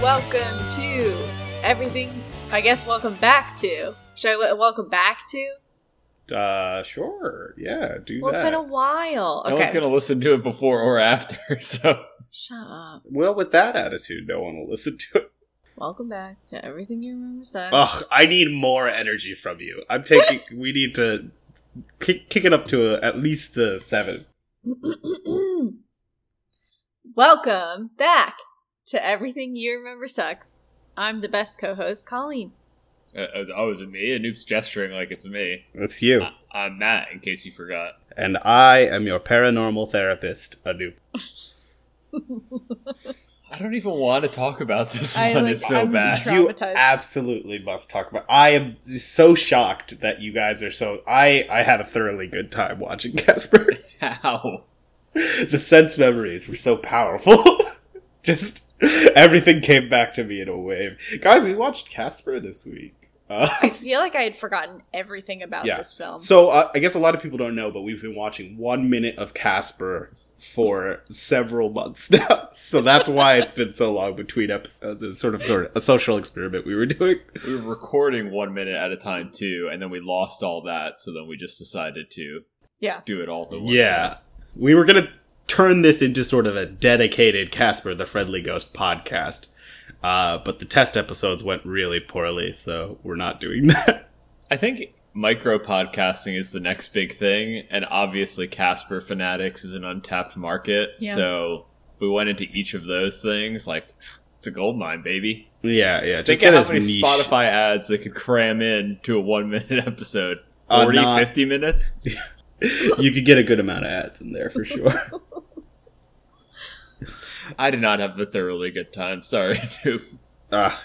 Welcome to everything. I guess welcome back to. Should I w- welcome back to? Uh, sure. Yeah, do Well, that. it's been a while. No one's Okay. gonna listen to it before or after. So Shut up. well, with that attitude, no one will listen to it. Welcome back to everything you remember said. Ugh, I need more energy from you. I'm taking. we need to kick, kick it up to a, at least a seven. welcome back to everything you remember sucks. I'm the best co-host, Colleen. uh, oh, is it me? Noob's gesturing like it's me. That's you. I- I'm Matt, in case you forgot. And I am your paranormal therapist, Anoop. I don't even want to talk about this I, one. like, it's so I'm bad. tra- You Traumatized. absolutely must talk about. I am so shocked that you guys are so. I I had a thoroughly good time watching Casper. How? the sense memories were so powerful. Just everything came back to me in a wave. Guys, we watched Casper this week. Uh, I feel like I had forgotten everything about Yeah. this film. so uh, I guess a lot of people don't know, but we've been watching one minute of Casper for several months now. So that's why it's been so long between episodes. It's sort of sort of a social experiment we were doing. We were recording one minute at a time too, and then we lost all that. So then we just decided to Yeah. do it all the way. Yeah. We were going to turn this into sort of a dedicated Casper the Friendly Ghost podcast. Uh, but the test episodes went really poorly, so we're not doing that. I think micro podcasting is the next big thing, and obviously Casper Fanatics is an untapped market. Yeah. So we went into each of those things like it's a gold mine, baby. yeah, yeah. Just get Think of how us many niche. Spotify ads they could cram in to a one minute episode. Uh, 40, not- 50 minutes? you could get a good amount of ads in there for sure. I did not have a thoroughly good time. Sorry, Noob. uh,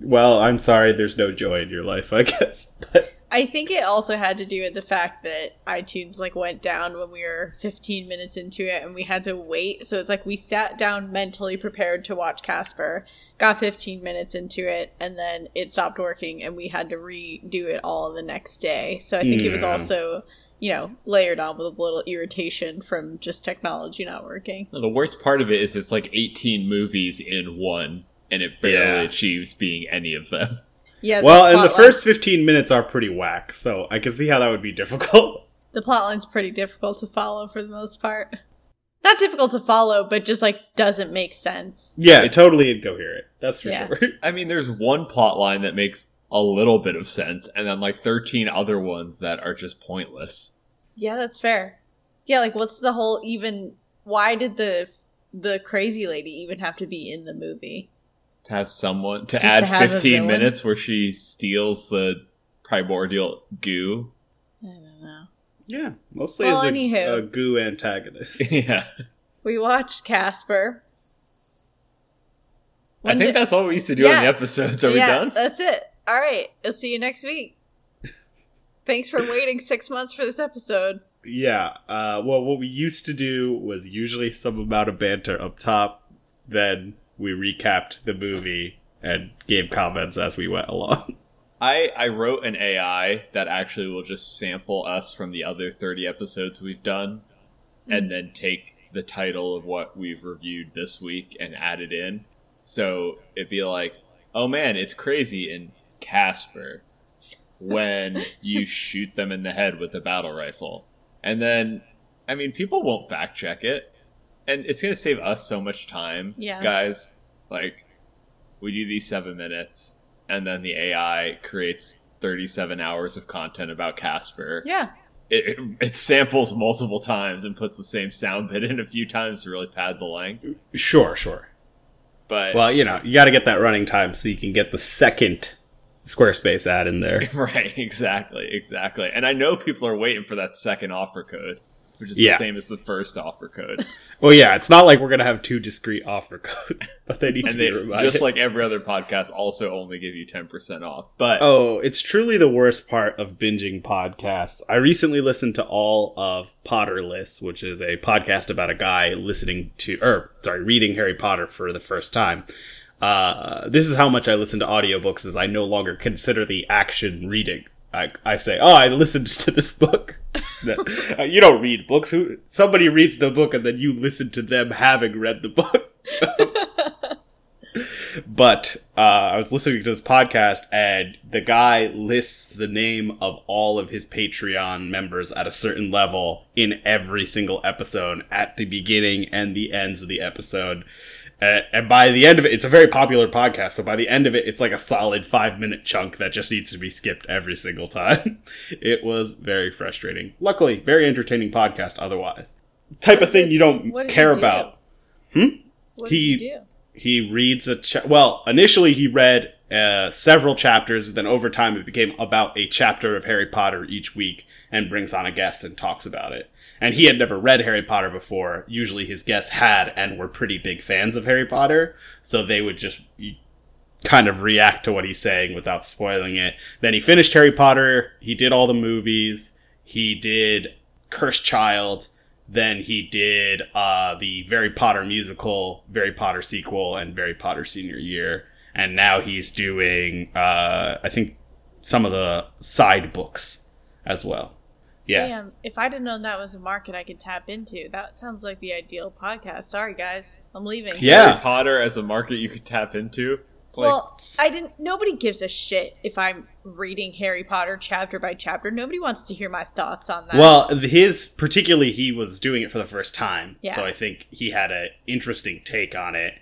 well, I'm sorry. There's no joy in your life, I guess. But I think it also had to do with the fact that iTunes like went down when we were 15 minutes into it and we had to wait. So it's like we sat down mentally prepared to watch Casper, got 15 minutes into it, and then it stopped working and we had to redo it all the next day. So I think it was Yeah. also, you know, layered on with a little irritation from just technology not working. No, The worst part of it is it's like 18 movies in one, and it barely Yeah. achieves being any of them. Yeah. well, and the plotline- first 15 minutes are pretty whack, so I can see how that would be difficult. the plotline's pretty difficult to follow for the most part. Not difficult to follow, but just like doesn't make sense. Yeah, It's- totally incoherent. That's for Yeah. sure. I mean, there's one plot line that makes a little bit of sense, and then like 13 other ones that are just pointless. Yeah, that's fair. Yeah, like what's the whole even why did the the crazy lady even have to be in the movie? To have someone to Just to add have a 15 villain? minutes where she steals the primordial goo. I don't know. Yeah, mostly Well, as a, anywho. a goo antagonist. yeah. We watched Casper. I When think did- that's all we used to do on Yeah. the episodes. Are we Yeah, Uh, done? That's it. All right. I'll see you next week. Thanks for waiting six months for this episode. yeah, uh, well, what we used to do was usually some amount of banter up top, then we recapped the movie and gave comments as we went along. I, I wrote an AI that actually will just sample us from the other 30 episodes we've done Hmm. and then take the title of what we've reviewed this week and add it in. So it'd be like, oh man, it's crazy in Casper when you shoot them in the head with a battle rifle. And then, I mean, people won't fact check it. And it's going to save us so much time. Yeah. Guys, like, we do these seven minutes, and then the AI creates 37 hours of content about Casper. Yeah. It, it, it samples multiple times and puts the same sound bit in a few times to really pad the length. Sure, sure. But, Well, you know, you got to get that running time so you can get the second Squarespace ad in there. right, exactly, exactly. And I know people are waiting for that second offer code, which is Yeah. the same as the first offer code. Well, yeah, it's not like we're gonna have two discrete offer codes, but they need to and be they, reminded. just like every other podcast, also only give you 10% off. But oh, it's truly the worst part of binging podcasts. I recently listened to all of Potterless, which is a podcast about a guy listening to, or sorry, reading Harry Potter for the first time. Uh, this is how much I listen to audiobooks. Is I no longer consider the action reading. I, I say, oh, I listened to this book. That- uh, you don't read books. Who somebody reads the book and then you listen to them having read the book. But uh, I was listening to this podcast, and the guy lists the name of all of his Patreon members at a certain level in every single episode at the beginning and the ends of the episode. Uh, and by the end of it, it's a very popular podcast. So by the end of it, it's like a solid five minute chunk that just needs to be skipped every single time. it was very frustrating. Luckily, very entertaining podcast otherwise. Type of thing you don't What does he care do? about. What He- does he do? He reads a cha- well. Initially, he read uh, several chapters, but then over time, it became about a chapter of Harry Potter each week, and brings on a guest and talks about it. And he had never read Harry Potter before. Usually, his guests had and were pretty big fans of Harry Potter, so they would just y- kind of react to what he's saying without spoiling it. Then he finished Harry Potter. He did all the movies. He did Cursed Child. Then he did uh, the Harry Potter musical, Harry Potter sequel, and Harry Potter senior year. And now he's doing, uh, I think, some of the side books as well. Yeah. Damn, if I'd have known that was a market I could tap into, that sounds like the ideal podcast. Sorry, guys, I'm leaving. Yeah. Harry Potter as a market you could tap into. It's like, Well, I didn't. Nobody gives a shit if I'm reading Harry Potter chapter by chapter. Nobody wants to hear my thoughts on that. Well, th- his particularly, he was doing it for the first time, Yeah. so I think he had an interesting take on it.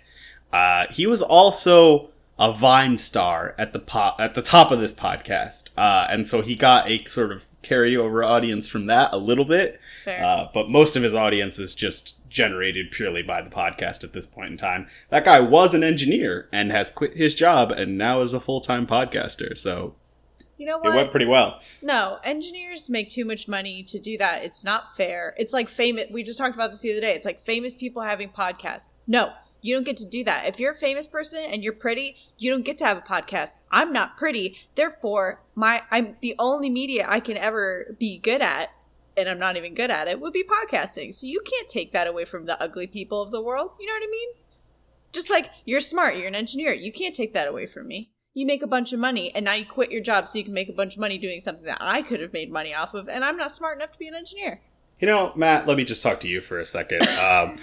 Uh, he was also a Vine star at the po- at the top of this podcast, uh, and so he got a sort of carryover audience from that a little bit. Fair. Uh, but most of his audience is just generated purely by the podcast at this point in time. That guy was an engineer and has quit his job and now is a full time podcaster, so you know it went what? pretty well. No, engineers make too much money to do that. It's not fair. It's like famous. We just talked about this the other day. It's like famous people having podcasts. No, you don't get to do that. If you're a famous person and you're pretty, you don't get to have a podcast. I'm not pretty, therefore, my I'm the only media I can ever be good at, and I'm not even good at it. Would be podcasting. So you can't take that away from the ugly people of the world. You know what I mean? Just like you're smart, you're an engineer. You can't take that away from me. You make a bunch of money and now you quit your job so you can make a bunch of money doing something that I could have made money off of and I'm not smart enough to be an engineer. You know, Matt, let me just talk to you for a second. Um,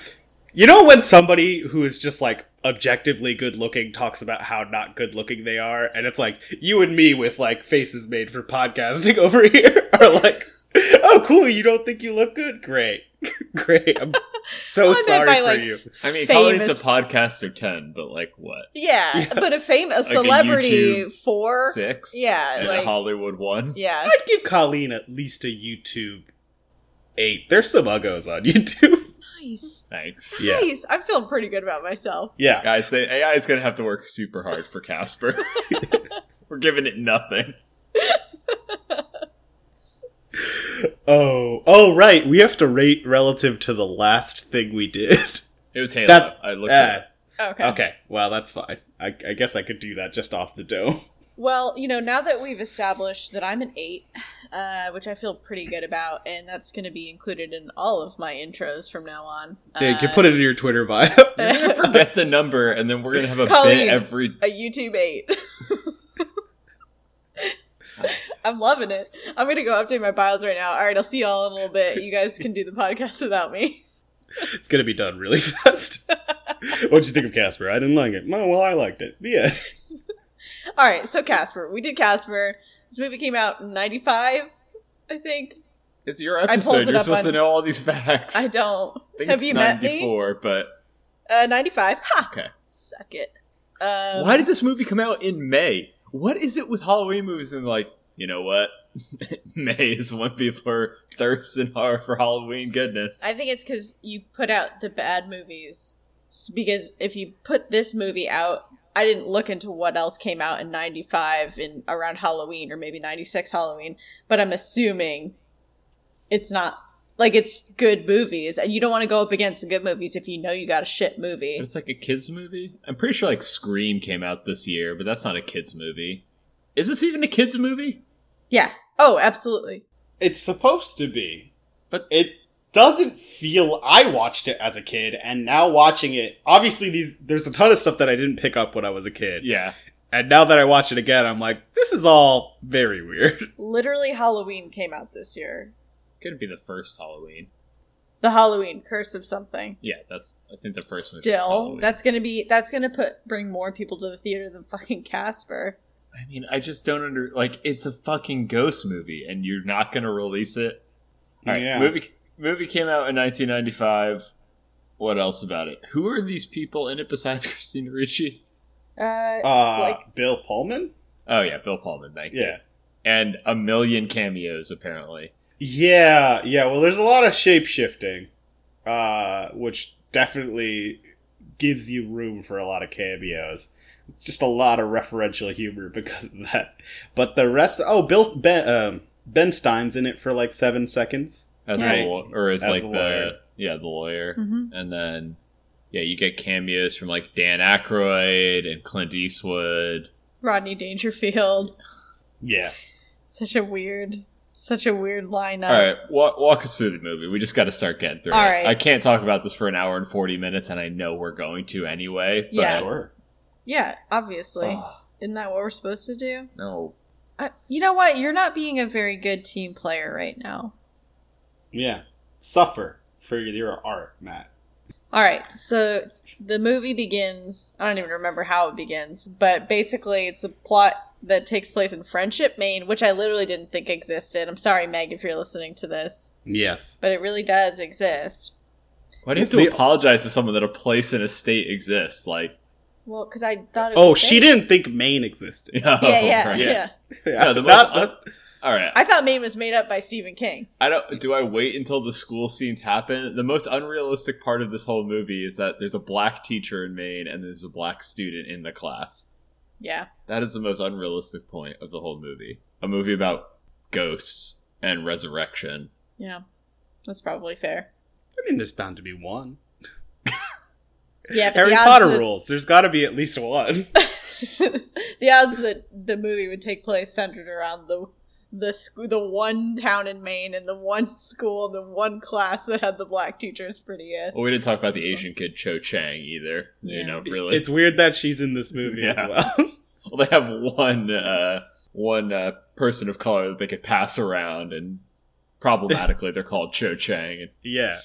you know, when somebody who is just like objectively good looking talks about how not good looking they are, and it's like you and me with like faces made for podcasting over here are like, oh, cool, you don't think you look good? Great. Great. I'm so Well, I meant sorry by, for like- you. I mean, probably it's a famous- podcast or ten, but like what Yeah, Yeah. but a famous Like a celebrity YouTube for six? yeah, and like- a Hollywood one. yeah. I'd give Colleen at least a YouTube eight. There's some uggos on YouTube. Nice. Thanks, Yeah. Nice. I'm feeling pretty good about myself. Yeah. guys. They, AI is gonna have to work super hard for Casper. We're giving it nothing. Oh, oh, right. We have to rate relative to the last thing we did. It was Halo. That- I looked Ah. at it. Okay. Okay, well, that's fine. I, I guess I could do that just off the dome. Well, you know, now that we've established that I'm an 8, uh, which I feel pretty good about and that's going to be included in all of my intros from now on. yeah, you Uh, can put it in your Twitter bio. We're gonna forget the number, and then we're gonna have a Colleen. bit every. a YouTube eight. I'm loving it. I'm gonna go update my bios right now. All right, I'll see y'all in a little bit. You guys can do the podcast without me. it's gonna be done really fast. What'd you think of Casper? I didn't like it. No, well, I liked it. Yeah. All right, so Casper, we did Casper. This movie came out in '95, I think. It's your pulled episode. it You're up supposed on- to know all these facts. I don't. I think Have it's you met me? 94, but Uh, '95. Ha. Okay. Suck it. Um, Why did this movie come out in May? What is it with Halloween movies and like, you know what? May is when people are thirsting hard for Halloween goodness. I think it's because you put out the bad movies. S- Because if you put this movie out, I didn't look into what else came out in '95 and around Halloween or maybe '96 Halloween, but I'm assuming it's not like it's good movies, and you don't want to go up against the good movies if you know you got a shit movie. it's like a kids movie. I'm pretty sure like Scream came out this year, but that's not a kids movie. Is this even a kids movie? Yeah. Oh, absolutely. It's supposed to be. But- it doesn't feel I watched it as a kid and now watching it obviously these there's a ton of stuff that I didn't pick up when I was a kid. Yeah. And now that I watch it again, I'm like, this is all very weird. Literally, Halloween came out this year. Could be the first Halloween. the Halloween Curse of something. Yeah, that's I think the first movie is Still, Halloween. that's gonna be that's gonna put bring more people to the theater than fucking Casper. I mean, I just don't under like it's a fucking ghost movie, and you're not gonna release it. All right, Yeah. movie movie came out in 1995. What else about it? Who are these people in it besides Christina Ricci? Uh, Uh, Like- Bill Pullman? Oh yeah, Bill Pullman. Thank you. Yeah. and a million cameos apparently. Yeah, yeah. Well, there's a lot of shape shifting, uh, which definitely gives you room for a lot of cameos. It's just a lot of referential humor because of that. But the rest, oh, Bill Ben, um, ben Stein's in it for like seven seconds. As Right. the law- or as, As like the the, lawyer. yeah the lawyer, mhm. and then yeah you get cameos from like Dan Aykroyd and Clint Eastwood. Rodney Dangerfield. Yeah, Such a weird, such a weird lineup. All right, walk, walk us through the movie. We just got to start getting through All it. right. I can't talk about this for an hour and forty minutes, and I know we're going to anyway. But Yeah. sure. Yeah, obviously. Ugh, Isn't that what we're supposed to do? no, Uh, you know what? You're not being a very good team player right now. Yeah, suffer for your art, Matt. All right, so the movie begins. I don't even remember how it begins, but basically, it's a plot that takes place in Friendship, Maine, which I literally didn't think existed. I'm sorry, Meg, if you're listening to this, Yes. but it really does exist. why do you have to The- apologize to someone that a place and a state exists? Like, Well, because I thought. It Oh, was she fake. didn't think Maine existed. Yeah, yeah, Oh, right. yeah, Yeah. Yeah, No, the not most- the- All right, I thought Maine was made up by Stephen King. I don't. Do I wait until the school scenes happen? The most unrealistic part of this whole movie is that there's a black teacher in Maine and there's a black student in the class. Yeah, That is the most unrealistic point of the whole movie. A movie about ghosts and resurrection. yeah, that's probably fair. I mean, there's bound to be one. Yeah, but Harry the odds Potter that- rules. There's got to be at least one. the odds that the movie would take place centered around the the sc- the one town in Maine and the one school and the one class that had the black teacher is pretty uh, Well, we didn't talk about the Asian kid Cho Chang either. Yeah. You know, really. It's weird that she's in this movie Yeah. as well. well, they have one uh, one uh, person of color that they could pass around, and problematically, they're called Cho Chang. And yeah.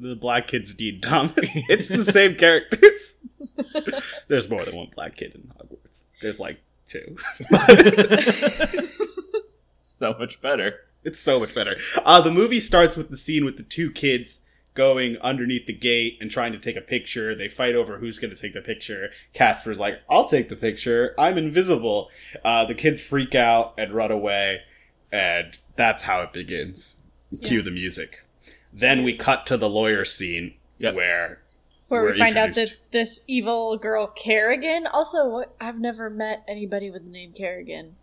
The black kid's Dean Thomas. It's the same characters. There's more than one black kid in Hogwarts. There's like two. so much better. It's so much better. Uh, the movie starts with the scene with the two kids going underneath the gate and trying to take a picture. They fight over who's going to take the picture. Casper's like, I'll take the picture. I'm invisible. Uh, the kids freak out and run away. And that's how it begins. Cue Yeah. the music. Then we cut to the lawyer scene Yep. where. where were we find out that introduced. this evil girl Kerrigan. Also, what, I've never met anybody with the name Kerrigan.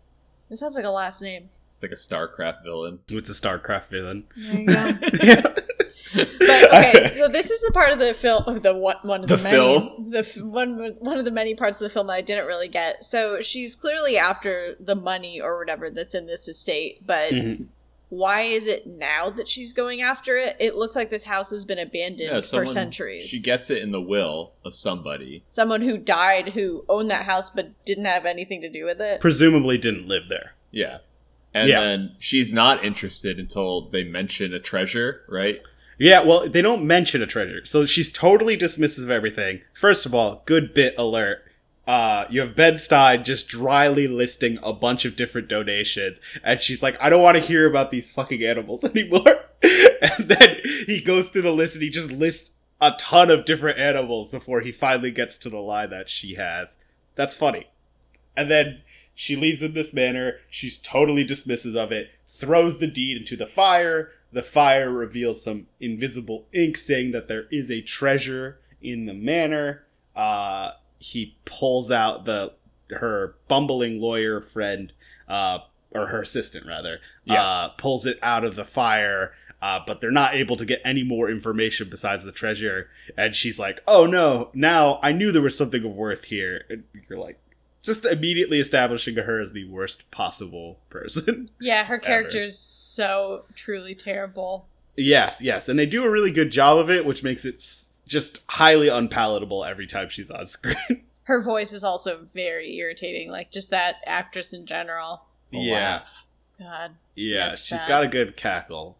It sounds like a last name. It's like a StarCraft villain. It's a StarCraft villain. There you go. yeah. But okay, so this is the part of the film, of the one, one of the, The many, film? the f- one, one of the many parts of the film that I didn't really get. So she's clearly after the money or whatever that's in this estate, but Mm. Mhm. why is it now that she's going after it? It looks like this house has been abandoned Yeah, for someone- centuries. She gets it in the will of somebody. Someone who died who owned that house but didn't have anything to do with it. Presumably didn't live there. Yeah. And Yeah. then she's not interested until they mention a treasure, right? Yeah, well, they don't mention a treasure, so she's totally dismissive of everything. First of all, good bit alert. Uh, you have Ben Stein just dryly listing a bunch of different donations, and she's like, "I don't want to hear about these fucking animals anymore." and then he goes through the list and he just lists a ton of different animals before he finally gets to the line that she has. That's funny. And then she leaves in this manner. She's totally dismisses of it. Throws the deed into the fire. The fire reveals some invisible ink saying that there is a treasure in the manor. Uh, he pulls out the her bumbling lawyer friend, uh, or her assistant rather, Yeah. uh, pulls it out of the fire. Uh, but they're not able to get any more information besides the treasure. And she's like, "Oh no! Now I knew there was something of worth here." And you're like just immediately establishing her as the worst possible person. Yeah, her character Ever. is so truly terrible. yes, yes, and they do a really good job of it, which makes it s- just highly unpalatable every time she's on screen. Her voice is also very irritating, like just that actress in general. A Yeah. laugh. God. Yeah, That's she's bad. got a good cackle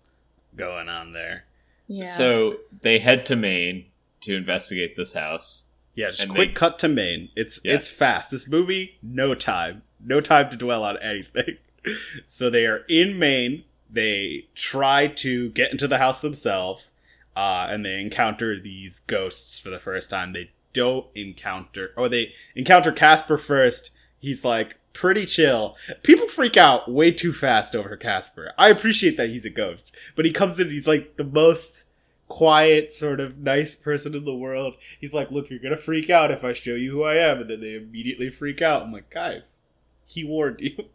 going on there. Yeah. So they head to Maine to investigate this house. Yeah, just And quick they- cut to Maine. It's Yeah. it's fast. This movie, no time, no time to dwell on anything. so they are in Maine. They try to get into the house themselves, uh, and they encounter these ghosts for the first time. They don't encounter, or they encounter Casper first. He's like pretty chill. People freak out way too fast over Casper. I appreciate that he's a ghost, but he comes in. He's like the most quiet, sort of nice person in the world. He's like, "Look, you're gonna freak out if I show you who I am," and then they immediately freak out. I'm like, "Guys, he warned you.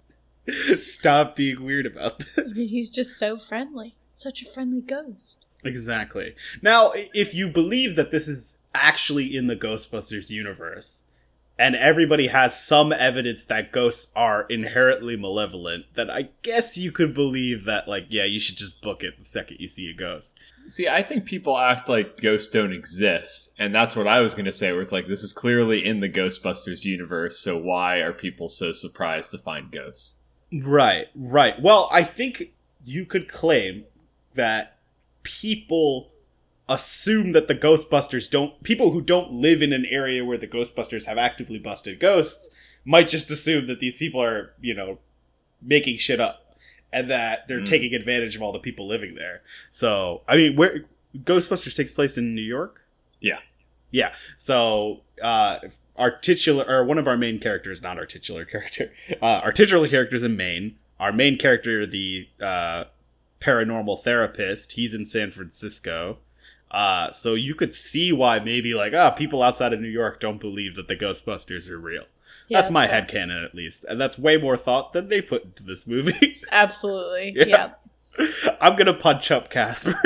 Stop being weird about I this." mean, he's just so friendly. Such a friendly ghost. Exactly. Now, i- if you believe that this is actually in the Ghostbusters universe, and everybody has some evidence that ghosts are inherently malevolent, then I guess you could believe that, like, yeah, you should just book it the second you see a ghost. See, I think people act like ghosts don't exist, and that's what I was going to say. Where it's like this is clearly in the Ghostbusters universe, so why are people so surprised to find ghosts? Right, right. Well, I think you could claim that people assume that the Ghostbusters don't, people who don't live in an area where the Ghostbusters have actively busted ghosts, might just assume that these people are, you know, making shit up and that they're Mm. taking advantage of all the people living there. So, I mean, where Ghostbusters takes place in New York? Yeah. Yeah. So, uh, our titular, or one of our main characters, not our titular character, uh, our titular character's in Maine. Our main character, the uh, paranormal therapist, he's in San Francisco. Uh, so you could see why maybe like ah people outside of New York don't believe that the Ghostbusters are real. Yeah, that's my fair. headcanon at least. And that's way more thought than they put into this movie. Absolutely. Yeah. Yeah. I'm gonna punch up Casper.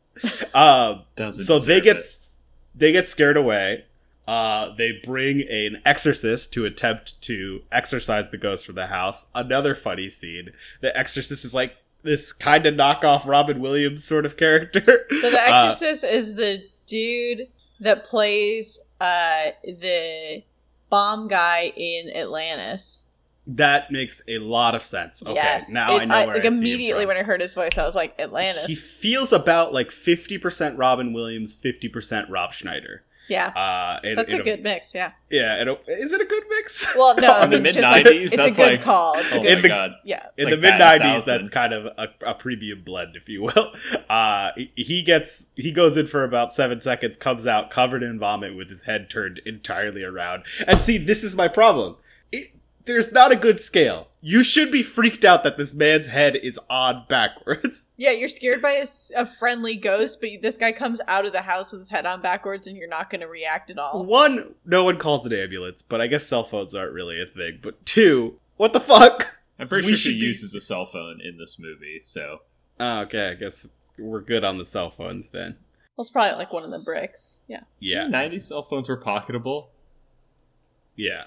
um Doesn't so they deserve get it. s they get scared away. Uh, they bring an exorcist to attempt to exorcise the ghost from the house. Another funny scene. The exorcist is like this kind of knockoff Robin Williams sort of character. So the Uh, Exorcist is the dude that plays uh the bomb guy in Atlantis. That makes a lot of sense. Okay, yes. now It- uh, I know where like I see him immediately from. when I heard his voice, I was like, Atlantis. He feels about like fifty percent Robin Williams, fifty percent Rob Schneider. yeah. Uh, and, That's a and good mix, yeah. Yeah, and a- is it a good mix? Well, no, I In the mean, just like, mid-nineties, it's a that's good like- call. It's a Oh good, In my the- god! yeah. in like the mid batting '90s, that's thousand. kind of a, a premium blend, if you will. Uh, he- he gets he goes in for about seven seconds, comes out covered in vomit with his head turned entirely around. And see, this is my problem. It, there's not a good scale. You should be freaked out that this man's head is on backwards. Yeah, you're scared by a, s- a friendly ghost, but you- this guy comes out of the house with his head on backwards, and you're not going to react at all. One, no one calls an ambulance, but I guess cell phones aren't really a thing. But two, what the fuck? I'm pretty We sure she should be- uses a cell phone in this movie, so Oh, okay, I guess we're good on the cell phones then. That's probably like one of the bricks. Yeah. Yeah, 90 cell phones were pocketable. yeah.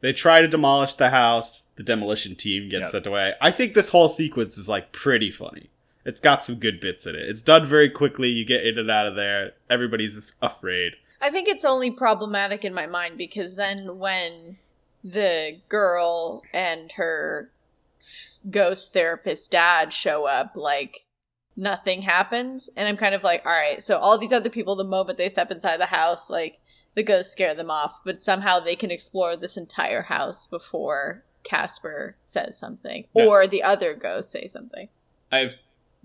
They try to demolish the house. The demolition team gets Yep. sent away. I think this whole sequence is like pretty funny. It's got some good bits in it. It's done very quickly. You get in and out of there. Everybody's just afraid. I think it's only problematic in my mind because then when the girl and her ghost therapist dad show up, like nothing happens. And I'm kind of like, all right, so all these other people, the moment they step inside the house, like the ghosts scare them off, but somehow they can explore this entire house before Casper says something Yeah. or the other ghosts say something. I have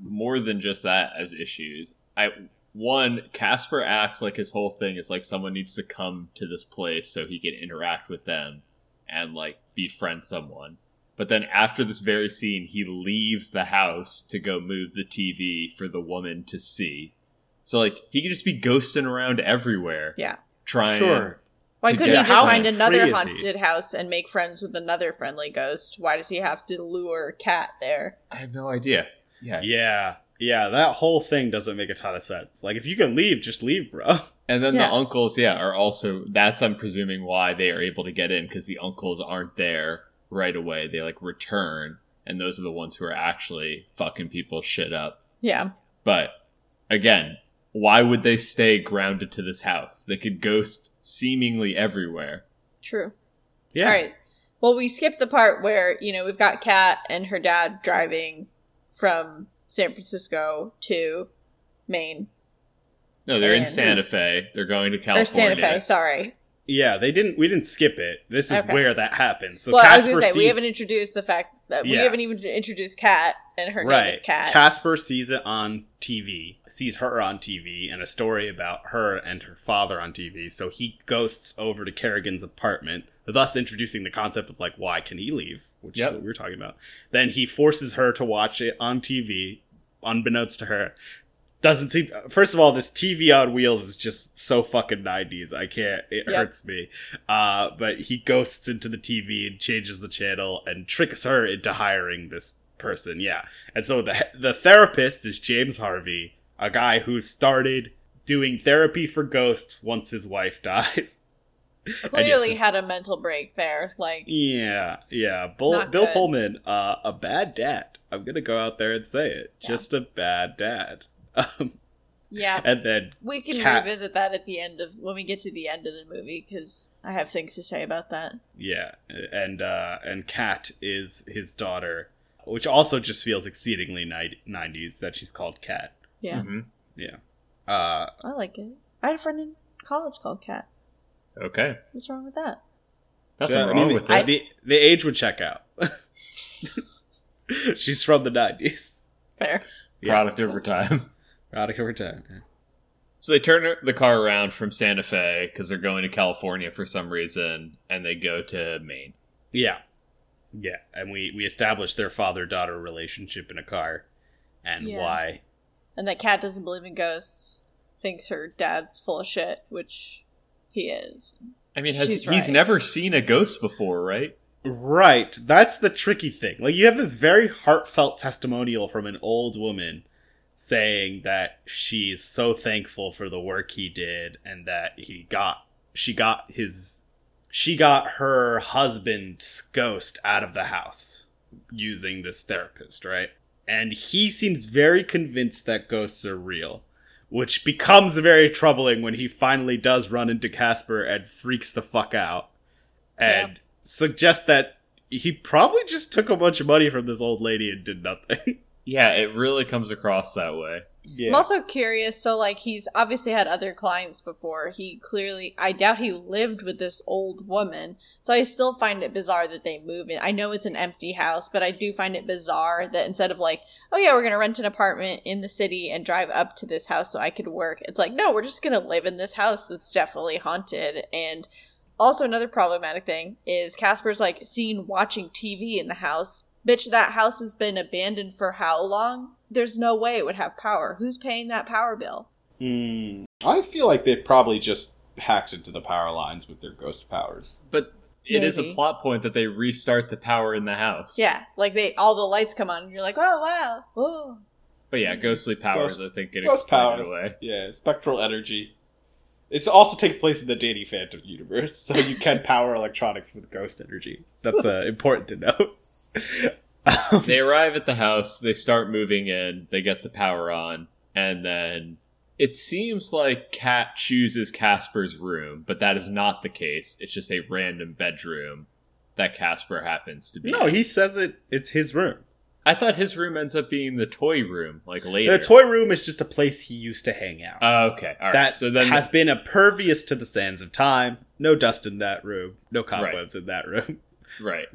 more than just that as issues. I one Casper acts like his whole thing is like someone needs to come to this place so he can interact with them and like befriend someone. But then after this very scene, he leaves the house to go move the TV for the woman to see. So like he could just be ghosting around everywhere. Yeah. Trying Sure. Why To couldn't get he just out. find How free another is he? haunted house and make friends with another friendly ghost? Why does he have to lure Cat there? I have no idea. Yeah. Yeah, yeah. That whole thing doesn't make a ton of sense. Like if you can leave, just leave, bro. And then Yeah. the uncles, yeah, are also that's I'm presuming why they are able to get in because the uncles aren't there right away. They like return, and those are the ones who are actually fucking people shit up. Yeah. But again, why would they stay grounded to this house? They could ghost seemingly everywhere. True. Yeah. All right. Well, we skipped the part where, you know, we've got Kat and her dad driving from San Francisco to Maine. No, they're in And- Santa Fe. They're going to Or California. Santa Fe, sorry. Yeah, they didn't. We didn't skip it. This is Okay. where that happens. So well, I was Casper going to say, we sees- haven't introduced the fact that we Yeah. haven't even introduced Kat, and her name is Kat. Casper sees it on TV, sees her on TV, and a story about her and her father on TV. So he ghosts over to Kerrigan's apartment, thus introducing the concept of like, why can he leave? Which Yep. is what we were talking about. Then he forces her to watch it on TV, unbeknownst to her. Doesn't seem. First of all, this TV on wheels is just so fucking nineties. I can't. It Yep. hurts me. Uh, but he ghosts into the TV and changes the channel and tricks her into hiring this person. Yeah, and so the the therapist is James Harvey, a guy who started doing therapy for ghosts once his wife dies. And E yes, Clearly this- had a mental break there. Like, yeah, yeah. Bill, Not Bill good. Pullman, uh, a bad dad. I'm gonna go out there and say it. Yeah. Just a bad dad. Um, yeah. and then We can Kat- revisit that at the end of when we get to the end of the movie because I have things to say about that. yeah, and uh, and Kat is his daughter, which also just feels exceedingly ni- 90s that she's called Kat. Yeah, Mhm. Uh, I like it. I had a friend in college called Kat. Okay. What's wrong with that? Nothing so, I wrong mean, with the, it. the the age would check out. she's from the 90s. Fair. yeah. Product over time. Out of her time. yeah. So they turn the car around from Santa Fe because they're going to California for some reason, and they go to Maine. Yeah. Yeah. And we, we established their father daughter relationship in a car and Yeah. why. And that Kat doesn't believe in ghosts, thinks her dad's full of shit, which he is. I mean, has, She's he's right. never seen a ghost before, right? Right. That's the tricky thing. Like, you have this very heartfelt testimonial from an old woman saying that she's so thankful for the work he did and that he got, she got his, she got her husband's ghost out of the house using this therapist, right? And he seems very convinced that ghosts are real, which becomes very troubling when he finally does run into Casper and freaks the fuck out and suggests that he probably just took a bunch of money from this old lady and did nothing. Yeah, it really comes across that way. yeah. I'm also curious, though, like, he's obviously had other clients before. He clearly, I doubt he lived with this old woman. So I still find it bizarre that they move in. I know it's an empty house, but I do find it bizarre that instead of, like, oh, yeah, we're going to rent an apartment in the city and drive up to this house so I could work, it's like, no, we're just going to live in this house that's definitely haunted. And also, another problematic thing is Casper's, like, seen watching TV in the house. Bitch, that house has been abandoned for how long? There's no way it would have power. Who's paying that power bill? Hmm. I feel like they probably just hacked into the power lines with their ghost powers. But it is Maybe. a plot point that they restart the power in the house. Yeah, like they all the lights come on, and you're like, oh wow, whoa. But yeah, ghostly powers, Ghost- I think, get ghost explained powers. away. Yeah, spectral energy. It also takes place in the Danny Phantom universe, so you can power electronics with ghost energy. That's uh, important to know. They arrive at the house, they start moving in, they get the power on, and then it seems like Kat chooses Casper's room, but that is not the case. It's just a random bedroom that Casper happens to be. no, in. he says it. It's his room. I thought his room ends up being the toy room, like later. The toy room is just a place he used to hang out. Oh, okay, all right. that so then, has been impervious to the sands of time. No dust in that room. No cobwebs in that room. right,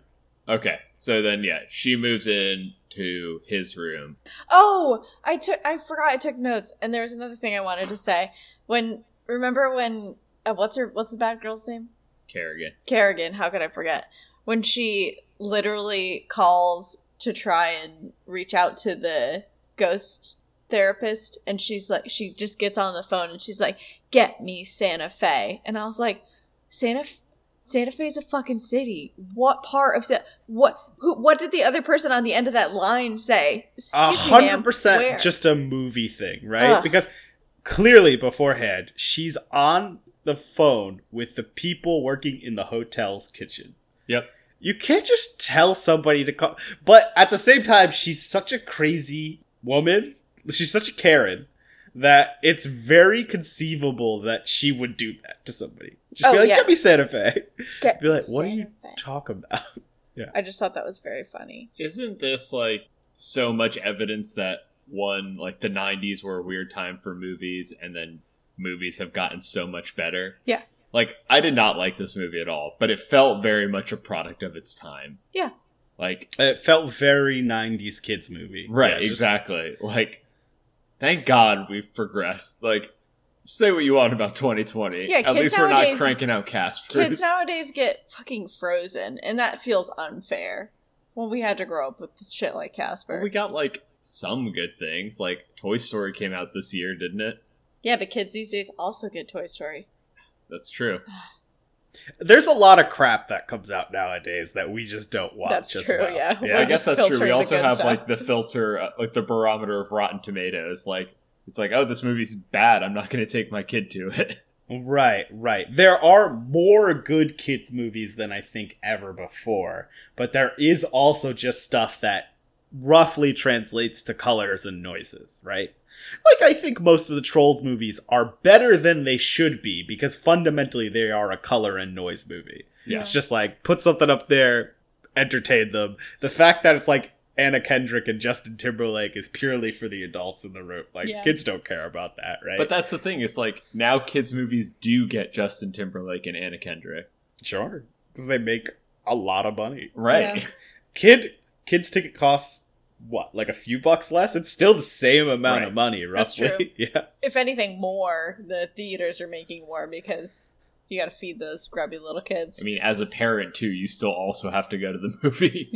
okay. So then, yeah, she moves in to his room. Oh, I took I forgot I took notes, and there was another thing I wanted to say. When remember when uh, what's her what's the bad girl's name? Kerrigan. Kerrigan. How could I forget when she literally calls to try and reach out to the ghost therapist, and she's like, she just gets on the phone and she's like, "Get me Santa Fe," and I was like, Santa. F- Santa Fe is a fucking city. What part of Sa- what? Who? What did the other person on the end of that line say? A Excuse me, ma'am, hundred percent, where? just a movie thing, right? Ugh. Because clearly beforehand, she's on the phone with the people working in the hotel's kitchen. Yep. You can't just tell somebody to call, but at the same time, she's such a crazy woman. She's such a Karen that it's very conceivable that she would do that to somebody. Just Oh, be like, yeah. "Get me Santa Fe." Get be like, me "What are you Santa Fe." talk about. I just thought that was very funny. Isn't this like so much evidence that one like the 90s were a weird time for movies and then movies have gotten so much better Yeah. like i did not like this movie at all but it felt very much a product of its time Yeah. like It felt very 90s kids movie. right Yeah, just- exactly like thank god we've progressed like say what you want about 2020 Yeah, at kids least we're not nowadays- cranking out caspers Kids nowadays get fucking frozen, and that feels unfair. When we had to grow up with shit like Casper. Well, we got like some good things like toy story came out this year didn't it yeah, but kids these days also get Toy Story. that's true There's a lot of crap that comes out nowadays that we just don't watch. That's as true, well. yeah. I Yeah. We're- guess just that's true. We filtering the also good have stuff. like the filter, uh, like the barometer of Rotten Tomatoes. Like it's like, oh, this movie's bad. I'm not going to take my kid to it. Right, right. There are more good kids movies than I think ever before, but there is also just stuff that roughly translates to colors and noises, right? Like I think most of the Trolls movies are better than they should be because fundamentally they are a color and noise movie. Yeah. It's just like put something up there, entertain them. The fact that it's like Anna Kendrick and Justin Timberlake is purely for the adults in the room. Like Yeah. kids don't care about that, right? But that's the thing. It's like now kids' movies do get Justin Timberlake and Anna Kendrick, Sure, because they make a lot of money. right? Yeah. Kid kids ticket costs what, like a few bucks less? It's still the same amount Right. of money, That's roughly. yeah, If anything, more the theaters are making more because you got to feed those grubby little kids. I mean, as a parent too, you still also have to go to the movie.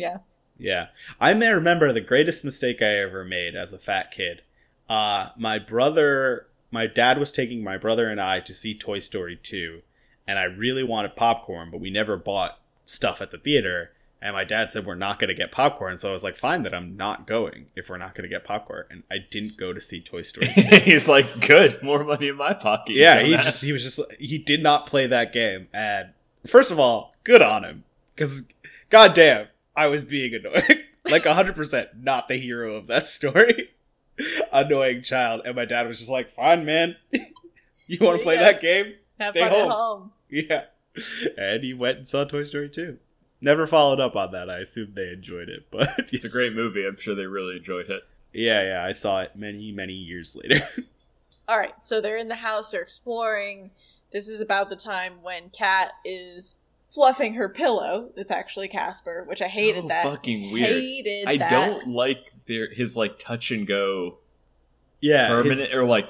yeah. I may remember the greatest mistake I ever made as a fat kid. Uh, my brother, my dad was taking my brother and I to see Toy Story two, and I really wanted popcorn, but we never bought stuff at the theater. And my dad said we're not going to get popcorn, so I was like, "Fine, then I'm not going if we're not going to get popcorn." And I didn't go to see Toy Story. 2. He's like, good, more money in my pocket. you yeah, he dumbass." just he was just he did not play that game. And first of all, good on him because goddamn, I was being annoying, like hundred percent not the hero of that story. annoying child, and my dad was just like, "Fine, man, you want to play Yeah. that game? Have stay fun home. at home. Yeah." And he went and saw Toy Story two. Never followed up on that. I assume they enjoyed it, but It's a great movie. I'm sure they really enjoyed it. yeah, yeah, I saw it many, many years later. All right, so they're in the house, they're exploring. This is about the time when Kat is fluffing her pillow. It's actually Casper, which I hated So that. Fucking weird. Hated I that. don't like their his like touch and go yeah, his- permanent or like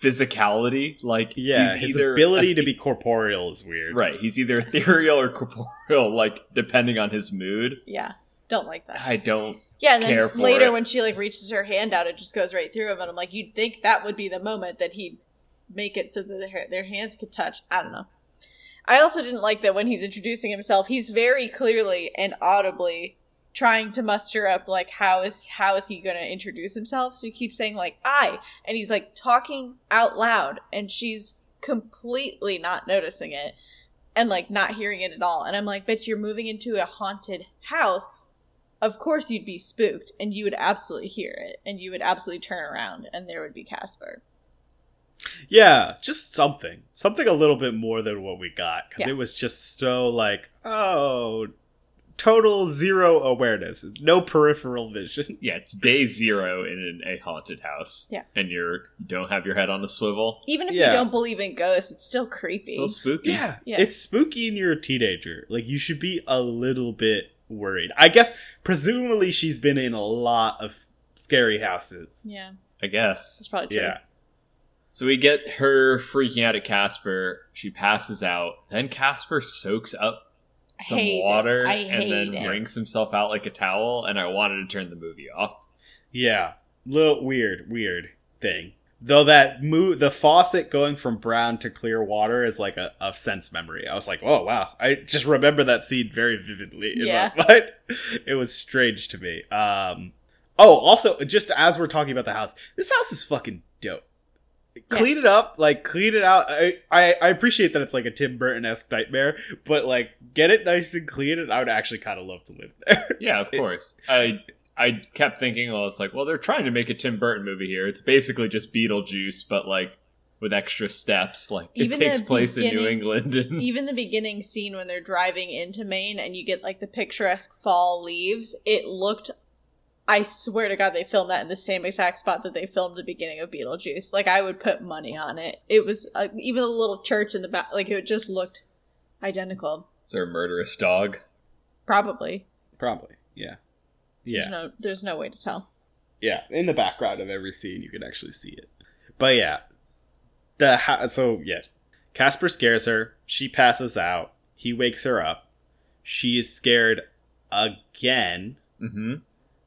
physicality. Like yeah, he's his either ability to be corporeal is weird. right. He's either ethereal or corporeal, like depending on his mood. Yeah, don't like that. I don't. Yeah, and care then for later it. when she like reaches her hand out, it just goes right through him, and I'm like, you'd think that would be the moment that he'd make it so that their, their hands could touch. I don't know. I also didn't like that when he's introducing himself, he's very clearly and audibly trying to muster up like how is how is he going to introduce himself? So he keeps saying like I, and he's like talking out loud, and she's completely not noticing it and like not hearing it at all. And I'm like, bitch, you're moving into a haunted house of course you'd be spooked and you would absolutely hear it and you would absolutely turn around and there would be Casper. Yeah, just something. Something a little bit more than what we got. Because Yeah. it was just so like, oh, total zero awareness, no peripheral vision. Yeah, it's day zero in an, a haunted house. Yeah. and you're you don't have your head on a swivel. Even if Yeah. you don't believe in ghosts, it's still creepy. So spooky. Yeah, Yeah. it's spooky and you're a teenager. Like, you should be a little bit worried. I guess, presumably, she's been in a lot of scary houses. yeah, I guess. that's probably true. Yeah. So we get her freaking out at Casper. She passes out. Then Casper soaks up I some hate it. water I and then hate it. wrings himself out like a towel. And I wanted to turn the movie off. Yeah, little weird, weird thing. Though that move, the faucet going from brown to clear water is like a, a sense memory. I was like, oh wow, I just remember that scene very vividly. in my Yeah. mind. it was strange to me. Um, oh, also, just as we're talking about the house, this house is fucking dope. Clean it up, like clean it out. I, I I appreciate that it's like a Tim Burton esque nightmare, but like get it nice and clean, and I would actually kind of love to live there. Yeah, of It- course. I I kept thinking, well, it's like, well, they're trying to make a Tim Burton movie here. It's basically just Beetlejuice, but like with extra steps. Like it Even takes the place in New beginning- England. And Even the beginning scene when they're driving into Maine and you get like the picturesque fall leaves, it looked I swear to God, they filmed that in the same exact spot that they filmed the beginning of Beetlejuice. Like, I would put money on it. It was uh, even a little church in the back. Like, it just looked identical. Is there a murderous dog? Probably. Probably. Yeah. There's Yeah. no, there's no way to tell. Yeah. In the background of every scene, you can actually see it. But yeah. The ha- so yeah. Casper scares her. She passes out. He wakes her up. She is scared again. Mm-hmm.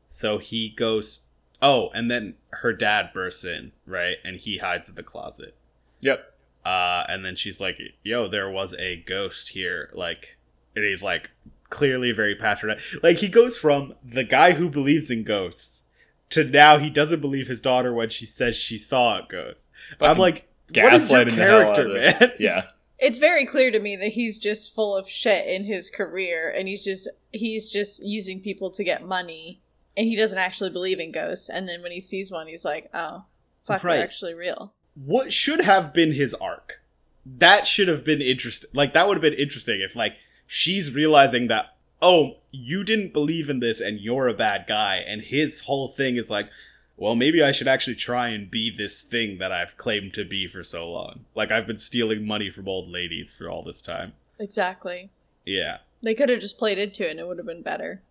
So he goes Oh, and then her dad bursts in, right? And he hides in the closet. Yep. Uh, and then she's like, "Yo, there was a ghost here." Like, and he's like, clearly very patronizing. Like, he goes from the guy who believes in ghosts to now he doesn't believe his daughter when she says she saw a ghost. I'm Fucking like, what is your gaslighting the hell out character, of it. man? Yeah. It's very clear to me that he's just full of shit in his career, and he's just he's just using people to get money, and he doesn't actually believe in ghosts. And then when he sees one, he's like, "Oh, fuck, Right. they're actually real." What should have been his arc? That should have been interesting. Like, that would have been interesting if, like, she's realizing that, oh, you didn't believe in this and you're a bad guy, and his whole thing is like, well, maybe I should actually try and be this thing that I've claimed to be for so long. Like, I've been stealing money from old ladies for all this time. Exactly. Yeah. They could have just played into it, and it would have been better.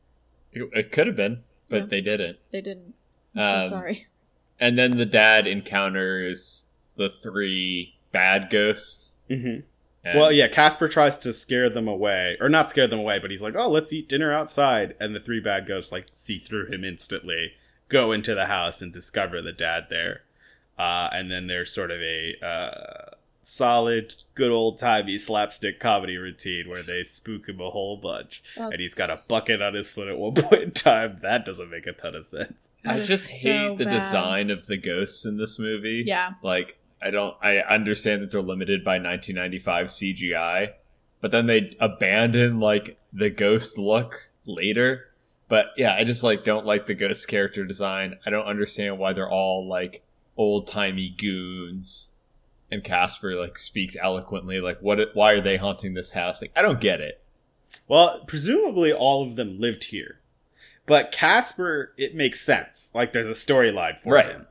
It, it could have been, but Yeah. they didn't. They didn't. I'm so Um, sorry. And then the dad encounters the three bad ghosts. Mm-hmm. and- Well, yeah, Casper tries to scare them away, or not scare them away, but he's like, "Oh, let's eat dinner outside." And the three bad ghosts like see through him instantly, go into the house and discover the dad there, uh, and then there's sort of a uh, solid, good old timey slapstick comedy routine where they spook him a whole bunch, and he's got a That's- bucket on his foot at one point in time. That doesn't make a ton of sense. I That's just so hate the bad. design of the ghosts in this movie. Yeah, Like, I don't. I understand that they're limited by 1995 CGI, but then they abandon like the ghost look later. But yeah, I just like don't like the ghost character design. I don't understand why they're all like old timey goons. And Casper like speaks eloquently, like what? Why are they haunting this house? Like I don't get it. Well, presumably all of them lived here. But Casper, it makes sense. Like there's a storyline for Right. him.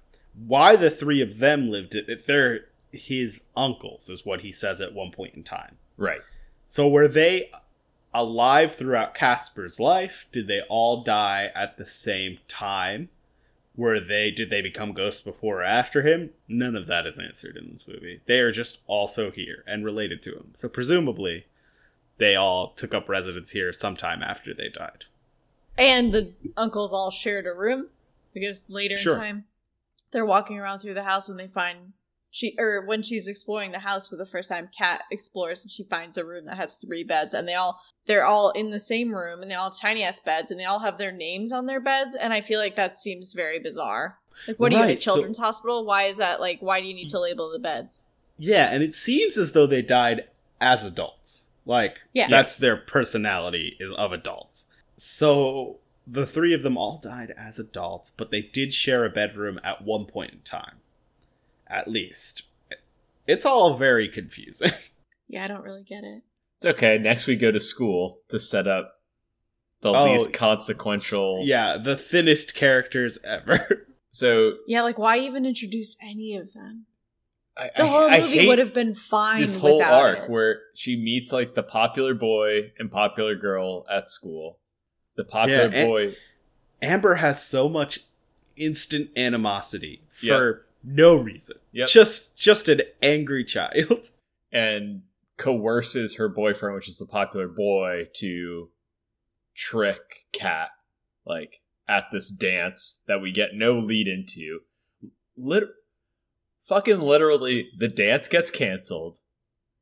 Why the three of them lived it, if they're his uncles, is what he says at one point in time. Right. So were they alive throughout Casper's life? Did they all die at the same time? Were they did they become ghosts before or after him? None of that is answered in this movie. They are just also here and related to him. So presumably they all took up residence here sometime after they died. and the uncles all shared a room because later Sure. in time they're walking around through the house and they find she or when she's exploring the house for the first time, Kat explores and she finds a room that has three beds and they all they're all in the same room and they all have tiny ass beds and they all have their names on their beds and I feel like that seems very bizarre. Like, what are you Right, a so- children's hospital? Why is that? Like, why do you need to label the beds? Yeah, and it seems as though they died as adults. Like Yeah. that's Yes. their personality is of adults. So the three of them all died as adults, but they did share a bedroom at one point in time. At least. It's all very confusing. Yeah, I don't really get it. It's okay. Next, we go to school to set up the Oh. least consequential. yeah, the thinnest characters ever. So Yeah, like why even introduce any of them? I, The whole I, I movie hate would have been fine this whole without arc it. where she meets like the popular boy and popular girl at school. The popular Yeah, and- boy, Amber has so much instant animosity for Yep. no reason. yep, Just just an angry child. and coerces her boyfriend, which is the popular boy, to trick Kat like at this dance that we get no lead into. Lit- fucking literally, the dance gets canceled.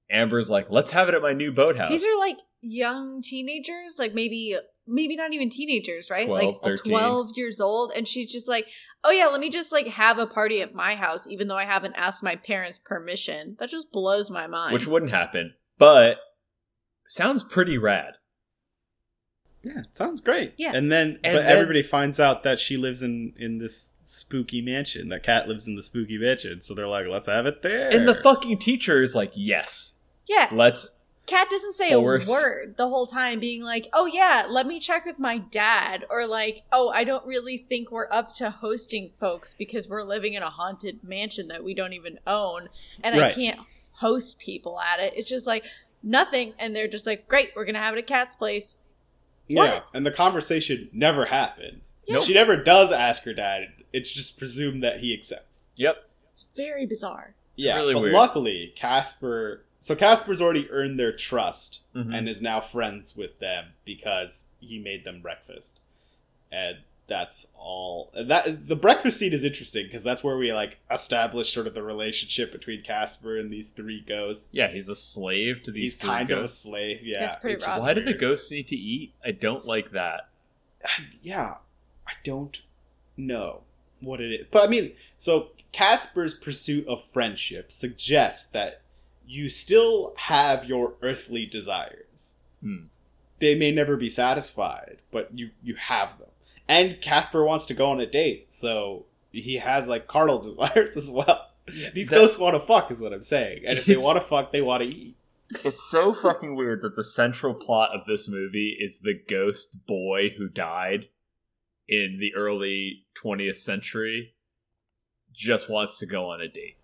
Amber's like, "Let's have it at my new boathouse." These are like young teenagers, like maybe maybe not even teenagers, right? 12, like 13. 12 years old and she's just like, "Oh yeah, let me just like have a party at my house even though I haven't asked my parents permission." That just blows my mind. which wouldn't happen, but sounds pretty rad. Yeah, sounds great. Yeah. and then And but then- everybody finds out that she lives in in this spooky mansion. That cat lives in the spooky mansion, so they're like, "Let's have it there." And the fucking teacher is like, yes, yeah. let's Cat doesn't say Force. a word the whole time, being like, "Oh yeah, let me check with my dad," or like, "Oh, I don't really think we're up to hosting folks because we're living in a haunted mansion that we don't even own, and I Right. can't host people at it." It's just like nothing, and they're just like, "Great, we're gonna have it at Cat's place." Yeah, and the conversation never happens. Nope. She never does ask her dad. It's just presumed that he accepts. Yep. It's very bizarre. It's yeah, really but weird. luckily Casper. So Casper's already earned their trust Mhm. and is now friends with them because he made them breakfast, and that's all. and That the breakfast scene is interesting because that's where we like establish sort of the relationship between Casper and these three ghosts. yeah, he's a slave to these he's three kind of a ghosts. slave. Yeah, That's pretty which is rough. Why do the weird. ghosts need to eat? I don't like that. yeah, I don't know what it is. But I mean, so Casper's pursuit of friendship suggests that you still have your earthly desires. Hmm. They may never be satisfied, but you you have them. And Casper wants to go on a date, so he has like carnal desires as well. These That- ghosts want to fuck, is what I'm saying. And if they It's- want to fuck, they want to eat. It's so fucking weird that the central plot of this movie is the ghost boy who died in the early 20th century just wants to go on a date.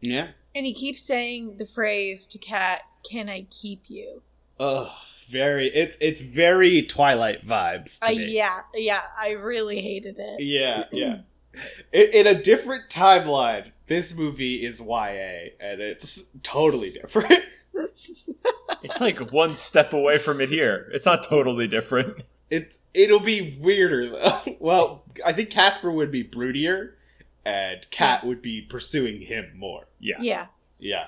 Yeah. And he keeps saying the phrase to Cat, "Can I keep you?" Ugh. Very. It's it's very Twilight vibes. To Uh, me. yeah, yeah, I really hated it. Yeah, yeah. in, in a different timeline, this movie is YA, and it's totally different. It's like one step away from it here. It's not totally different. It it'll be weirder though. well, I think Casper would be broodier, and Kat would be pursuing him more. Yeah. yeah. Yeah,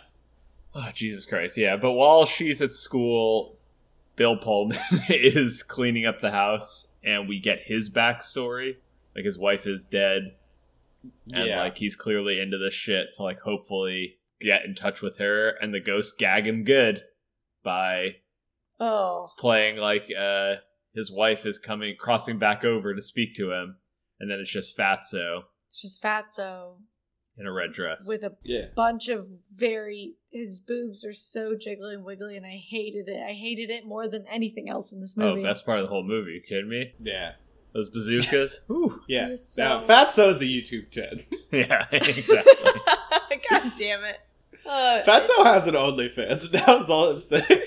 Oh, Jesus Christ. Yeah. But while she's at school, Bill Pullman is cleaning up the house and we get his backstory. Like his wife is dead and yeah. like he's clearly into this shit to like hopefully get in touch with her and the ghost gag him good by Oh. playing like uh his wife is coming crossing back over to speak to him and then it's just Fatso It's just fatso in a red dress. with a yeah. bunch of very his boobs are so jiggly and wiggly and I hated it. I hated it more than anything else in this movie. Oh, best part of the whole movie. You kidding me? Yeah, Those bazookas? Whew. yeah. It was so- Now, Fatso's a YouTube 10. Yeah, exactly. God damn it. Uh, Fatso has an OnlyFans now, is all I'm saying.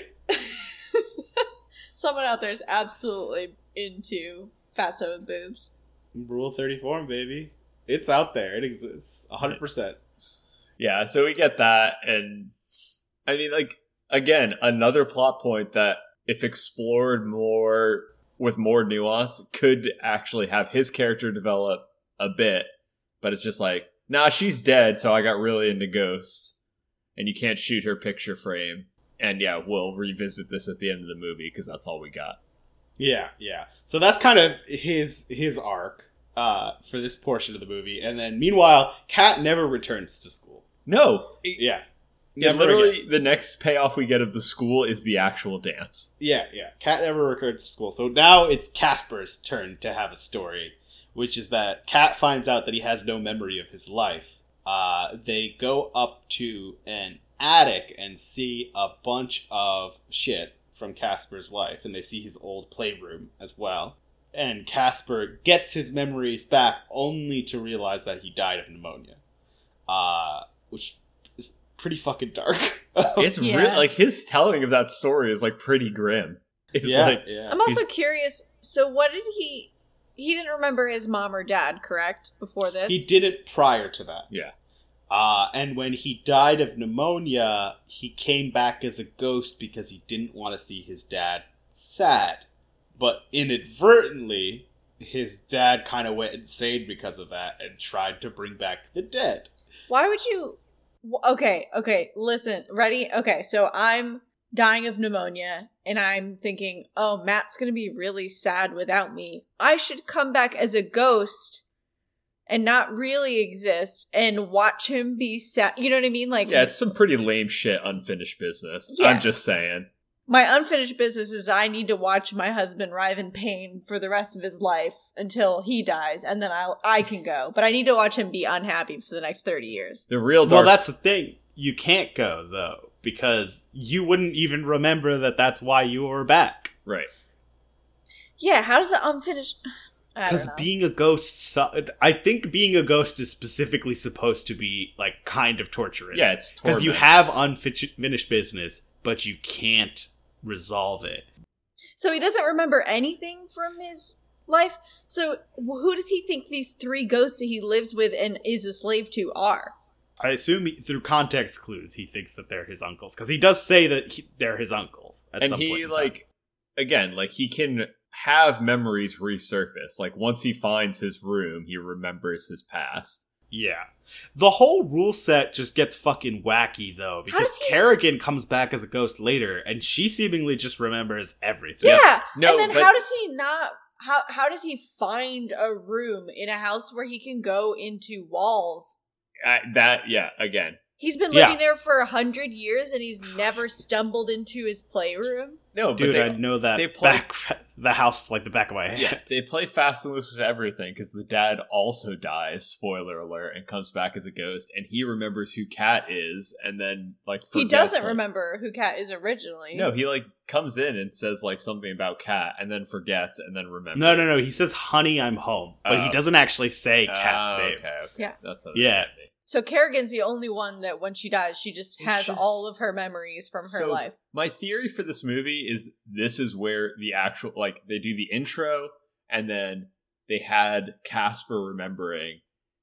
Someone out there is absolutely into fatso and boobs. Rule 34, baby. It's out there. It exists. 100%. Yeah, so we get that, and I mean, like, again, another plot point that, if explored more with more nuance, could actually have his character develop a bit, but it's just like, nah, she's dead, so I got really into ghosts, and you can't shoot her picture frame. And yeah, we'll revisit this at the end of the movie because that's all we got. Yeah, yeah. So that's kind of his his arc uh, for this portion of the movie, and then meanwhile, Kat never returns to school. No, it, Yeah, yeah, Never again. literally, the next payoff we get of the school is the actual dance. Yeah, yeah. Kat never returns to school, so now it's Casper's turn to have a story, which is that Kat finds out that he has no memory of his life. Uh, they go up to an attic and see a bunch of shit from Casper's life, and they see his old playroom as well. And Casper gets his memories back only to realize that he died of pneumonia, uh, which is pretty fucking dark. It's Oh, Yeah. real like his telling of that story is like pretty grim. It's like yeah. I'm also curious, so what did he he didn't remember his mom or dad, correct? Before this? He did it prior to that. Yeah. Uh, and when he died of pneumonia, he came back as a ghost because he didn't want to see his dad sad. But inadvertently, his dad kind of went insane because of that and tried to bring back the dead. Why would you? wh- Okay, okay. Listen, ready? Okay, so I'm dying of pneumonia, and I'm thinking, oh, Matt's gonna be really sad without me. I should come back as a ghost and not really exist and watch him be sad. You know what I mean? Like, yeah, it's some pretty lame shit unfinished business. Yeah. I'm just saying. my unfinished business is I need to watch my husband writhe in pain for the rest of his life until he dies, and then I'll I can go. But I need to watch him be unhappy for the next thirty years. The real Well, dark that's the thing. You can't go, though, because you wouldn't even remember that that's why you were back. Right. Yeah, how does the unfinished? I don't Because know. being a ghost, su- I think being a ghost is specifically supposed to be like kind of torturous. Yeah, it's because you torment. have unfinished business, but you can't resolve it. so he doesn't remember anything from his life. So who does he think these three ghosts that he lives with and is a slave to are? I assume he, through context clues, he thinks that they're his uncles because he does say that he, they're his uncles. At and some point he in time. like again like he can have memories resurface like once he finds his room he remembers his past yeah. The whole rule set just gets fucking wacky though because does he- Kerrigan comes back as a ghost later, and she seemingly just remembers everything. Yeah. no and then but how does he not? How how does he find a room in a house where he can go into walls? I, that yeah again He's been Yeah. living there for a hundred years and he's never stumbled into his playroom. no Dude, but they, I know that they play- back the house like the back of my head. yeah they play fast and loose with everything because the dad also dies spoiler alert and comes back as a ghost and he remembers who cat is and then like He forgets, doesn't like- remember who Cat is originally. no he like comes in and says like something about cat and then forgets and then remembers No, no, no. He says, "Honey, I'm home," but he Oh. doesn't actually say cat's Ah, name. okay, okay. Yeah. that's how Yeah. that- So Kerrigan's the only one that when she dies, she just It's has just- all of her memories from her So, life. My theory for this movie is this is where the actual like they do the intro and then they had Casper remembering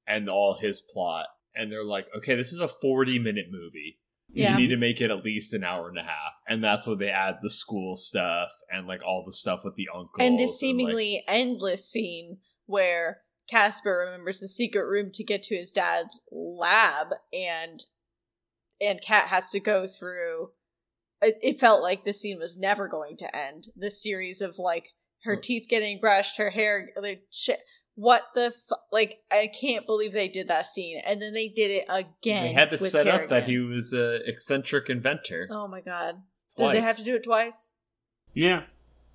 and all his plot and they're like, okay, this is a 40 minute movie. Yeah. You need to make it at least an hour and a half. And that's where they add the school stuff and like all the stuff with the uncle. And this seemingly endless scene where Casper remembers the secret room to get to his dad's lab and and Kat has to go through it, it felt like the scene was never going to end. The series of like her Mm. teeth getting brushed, her hair like, shit what the fu- like I can't believe they did that scene and then they did it again. they had to with set up that Kerrigan. he was an eccentric inventor. Oh my god. twice. Did they have to do it twice? Yeah,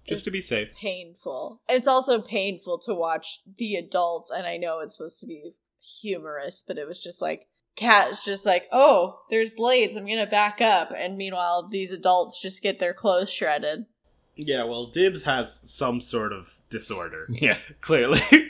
just to be safe. painful. And it's also painful to watch the adults, and I know it's supposed to be humorous, but it was just like Cat's just like, oh, there's blades, I'm gonna back up. And meanwhile, these adults just get their clothes shredded. Yeah, well, Dibs has some sort of disorder, yeah. clearly.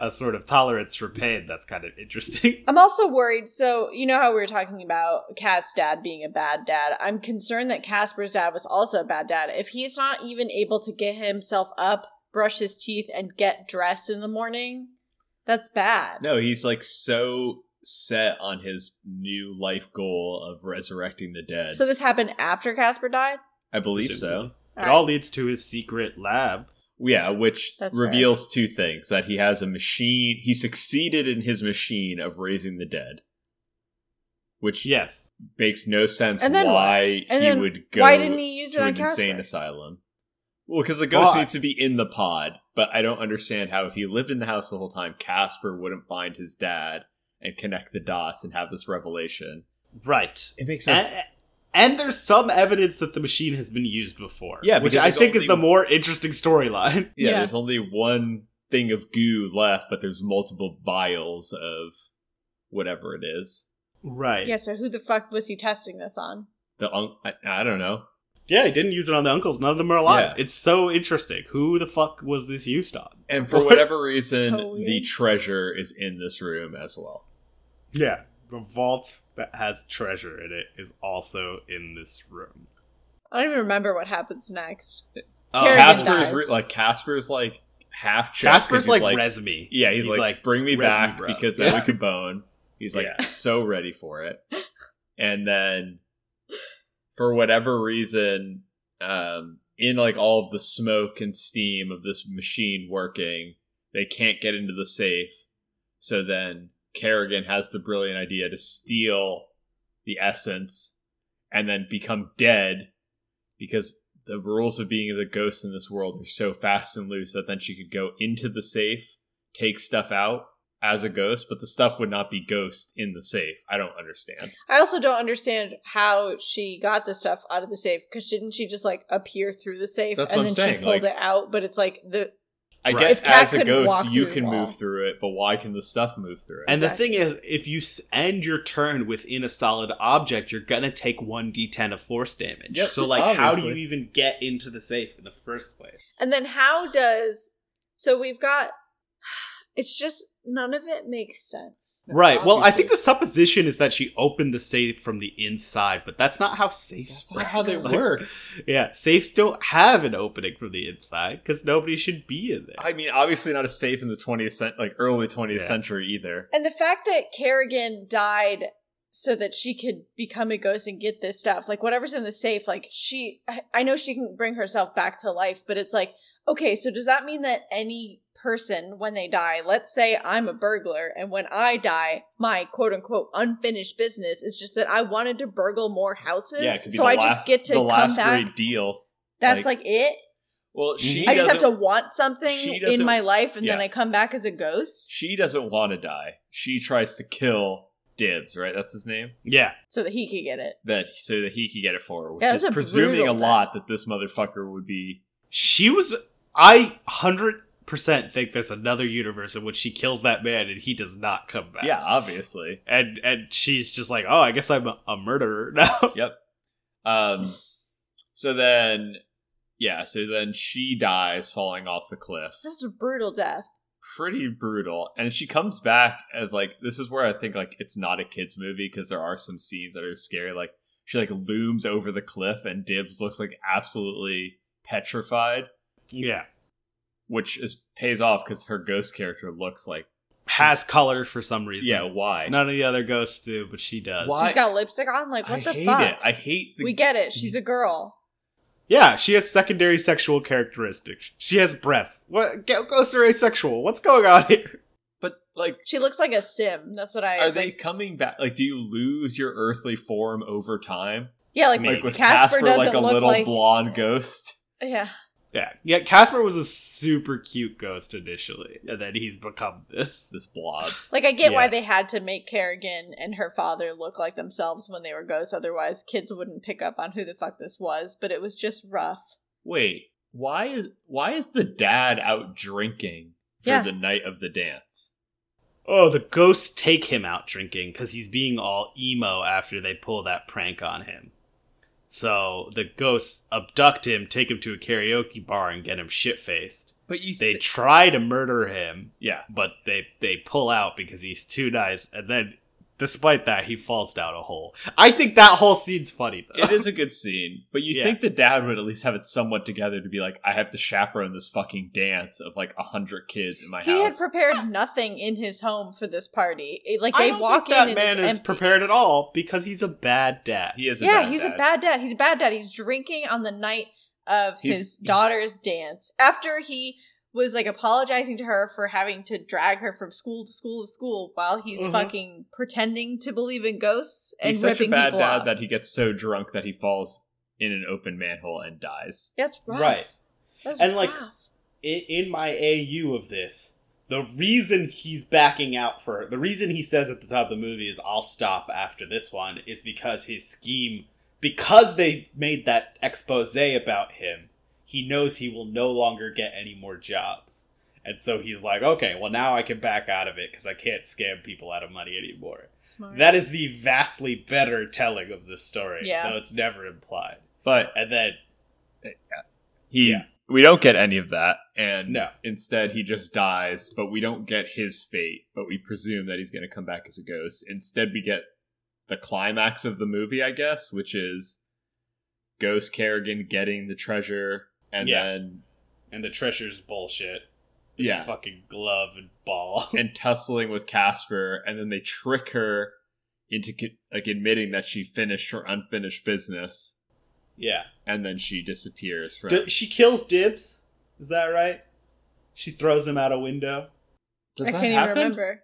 a sort of tolerance for pain that's kind of interesting. I'm also worried. So, you know how we were talking about Cat's dad being a bad dad? I'm concerned that Casper's dad was also a bad dad. If he's not even able to get himself up, brush his teeth, and get dressed in the morning, that's bad. No, he's like so set on his new life goal of resurrecting the dead. So, this happened after Casper died? I believe so. It all leads to his secret lab. Yeah, which That's fair. reveals two things that he has a machine, he succeeded in his machine of raising the dead, which Yes. makes no sense And then why And he then would go Why didn't he use it to on an Casper? insane asylum. Well, because the ghost Why? needs to be in the pod, but I don't understand how if he lived in the house the whole time, Casper wouldn't find his dad and connect the dots and have this revelation. Right. It makes no And, and there's some evidence that the machine has been used before. Yeah, which because I there's think is only- the more interesting storyline. yeah, Yeah. there's only one thing of goo left, but there's multiple vials of whatever it is. Right. Yeah, so who the fuck was he testing this on? The un- I, I don't know. Yeah, he didn't use it on the uncles. None of them are alive. Yeah. It's so interesting. Who the fuck was this used on? And for whatever reason, So weird. the treasure is in this room as well. Yeah, the vault that has treasure in it is also in this room. I don't even remember what happens next. Oh, Kerrigan Casper is dies. re- like Casper's like half choked 'cause Casper's he's like, resume. yeah, he's, he's like, like, bring me "Res me, back bro." because then we can bone. He's like Yeah. so ready for it, and then for whatever reason, um, in like all of the smoke and steam of this machine working, they can't get into the safe. So then Kerrigan has the brilliant idea to steal the essence and then become dead because the rules of being the ghost in this world are so fast and loose that then she could go into the safe, take stuff out as a ghost, but the stuff would not be ghost in the safe. I don't understand. I also don't understand how she got the stuff out of the safe because didn't she just like appear through the safe That's and what I'm then saying, she pulled like- it out? But it's like the I Right. If guess Cat as a couldn't walk ghost, you through can the wall. move through it, but why can the stuff move through it? And the Exactly. thing is, if you s- end your turn within a solid object, you're gonna take one d10 of force damage. Yep, so, like, how do you obviously. even get into the safe in the first place? And then how does so we've got it's just none of it makes sense. Right. Well, I think Obviously. the supposition is that she opened the safe from the inside, but that's not how safes That's work. not how they Like, work. Yeah, safes don't have an opening from the inside because nobody should be in there. I mean, obviously not as safe in the 20th cent- like early 20th Yeah. century either. And the fact that Kerrigan died so that she could become a ghost and get this stuff, like whatever's in the safe, like she, I- I know she can bring herself back to life, but it's like, okay, so does that mean that any person, when they die, let's say I'm a burglar, and when I die, my quote unquote unfinished business is just that I wanted to burgle more houses, Yeah, it could be so the I last, just get to the come last back. great deal. That's like- like, it. Well, she Mhm. I just have to doesn't- want something she in doesn't- my life, and then yeah. I come back as a ghost She doesn't want to die. She tries to kill Dibs, right? That's his name. yeah. so that he could get it. That so that he could get it for her, which Yeah, is that's a presuming a brutal lot that this motherfucker would be. She was. I 100% think there's another universe in which she kills that man and he does not come back. Yeah, obviously. And and she's just like, oh, I guess I'm a, a murderer now. Um, so then, yeah, so then she dies falling off the cliff. That was a brutal death. pretty brutal and she comes back as like this is where i think like it's not a kids movie because there are some scenes that are scary like she like looms over the cliff and dibs looks like absolutely petrified yeah. which is pays off because her ghost character looks like Has color for some reason. yeah why None of the other ghosts do, but she does. Why- She's got lipstick on. Like, what i the hate fuck? it i hate the we get it. She's a girl. Yeah, she has secondary sexual characteristics. She has breasts. What go- ghosts are asexual? What's going on here? but like She looks like a sim. That's what I. are they like- coming back like do you lose your earthly form over time yeah, like, Maybe. like was Casper casper, doesn't like a look little like- blonde ghost yeah. Yeah, yeah. Casper was a super cute ghost initially, and then he's become this. this blob Like I get why Yeah. they had to make Kerrigan and her father look like themselves when they were ghosts. Otherwise, kids wouldn't pick up on who the fuck this was. But it was just rough. Wait, why is why is the dad out drinking for Yeah. the night of the dance? Oh, the ghosts take him out drinking because he's being all emo after they pull that prank on him. So the ghosts abduct him, take him to a karaoke bar, and get him shit faced. But you They think try to murder him, yeah, but they they pull out because he's too nice and then despite that he falls down a hole i think that whole scene's funny though it is a good scene. But you Yeah. think the dad would at least have it somewhat together to be like, I have to chaperone this fucking dance of like a hundred kids in my He had house. prepared nothing in his home for this party. It- Like i they don't walk think that in man and it's is empty. prepared at all because he's a bad dad he is a yeah, bad he's dad. a bad dad. He's a bad dad. He's drinking on the night of He's- his he's- daughter's dance after he was like apologizing to her for having to drag her from school to school to school while he's Mhm. fucking pretending to believe in ghosts and Mm-hmm. He's such a ripping bad people dad up. that he gets so drunk that he falls in an open manhole and dies. That's rough. right That's And, like, rough. in, in my au of this the reason he's backing out for the reason he says at the top of the movie is i'll stop after this one is because his scheme because they made that expose about him he knows he will no longer get any more jobs and so he's like okay well now i can back out of it because i can't scam people out of money anymore Smart. that is the vastly better telling of the story Yeah. though it's never implied But and then he Yeah. we don't get any of that and No. instead he just dies but we don't get his fate but we presume that he's going to come back as a ghost instead we get the climax of the movie i guess which is ghost kerrigan getting the treasure and Yeah. then and the treasure's bullshit It's yeah fucking glove and ball and tussling with casper and then they trick her into co- like admitting that she finished her unfinished business yeah and then she disappears from D- she kills Dibs. Is that right? She throws him out a window. Does I that can't even happen? remember.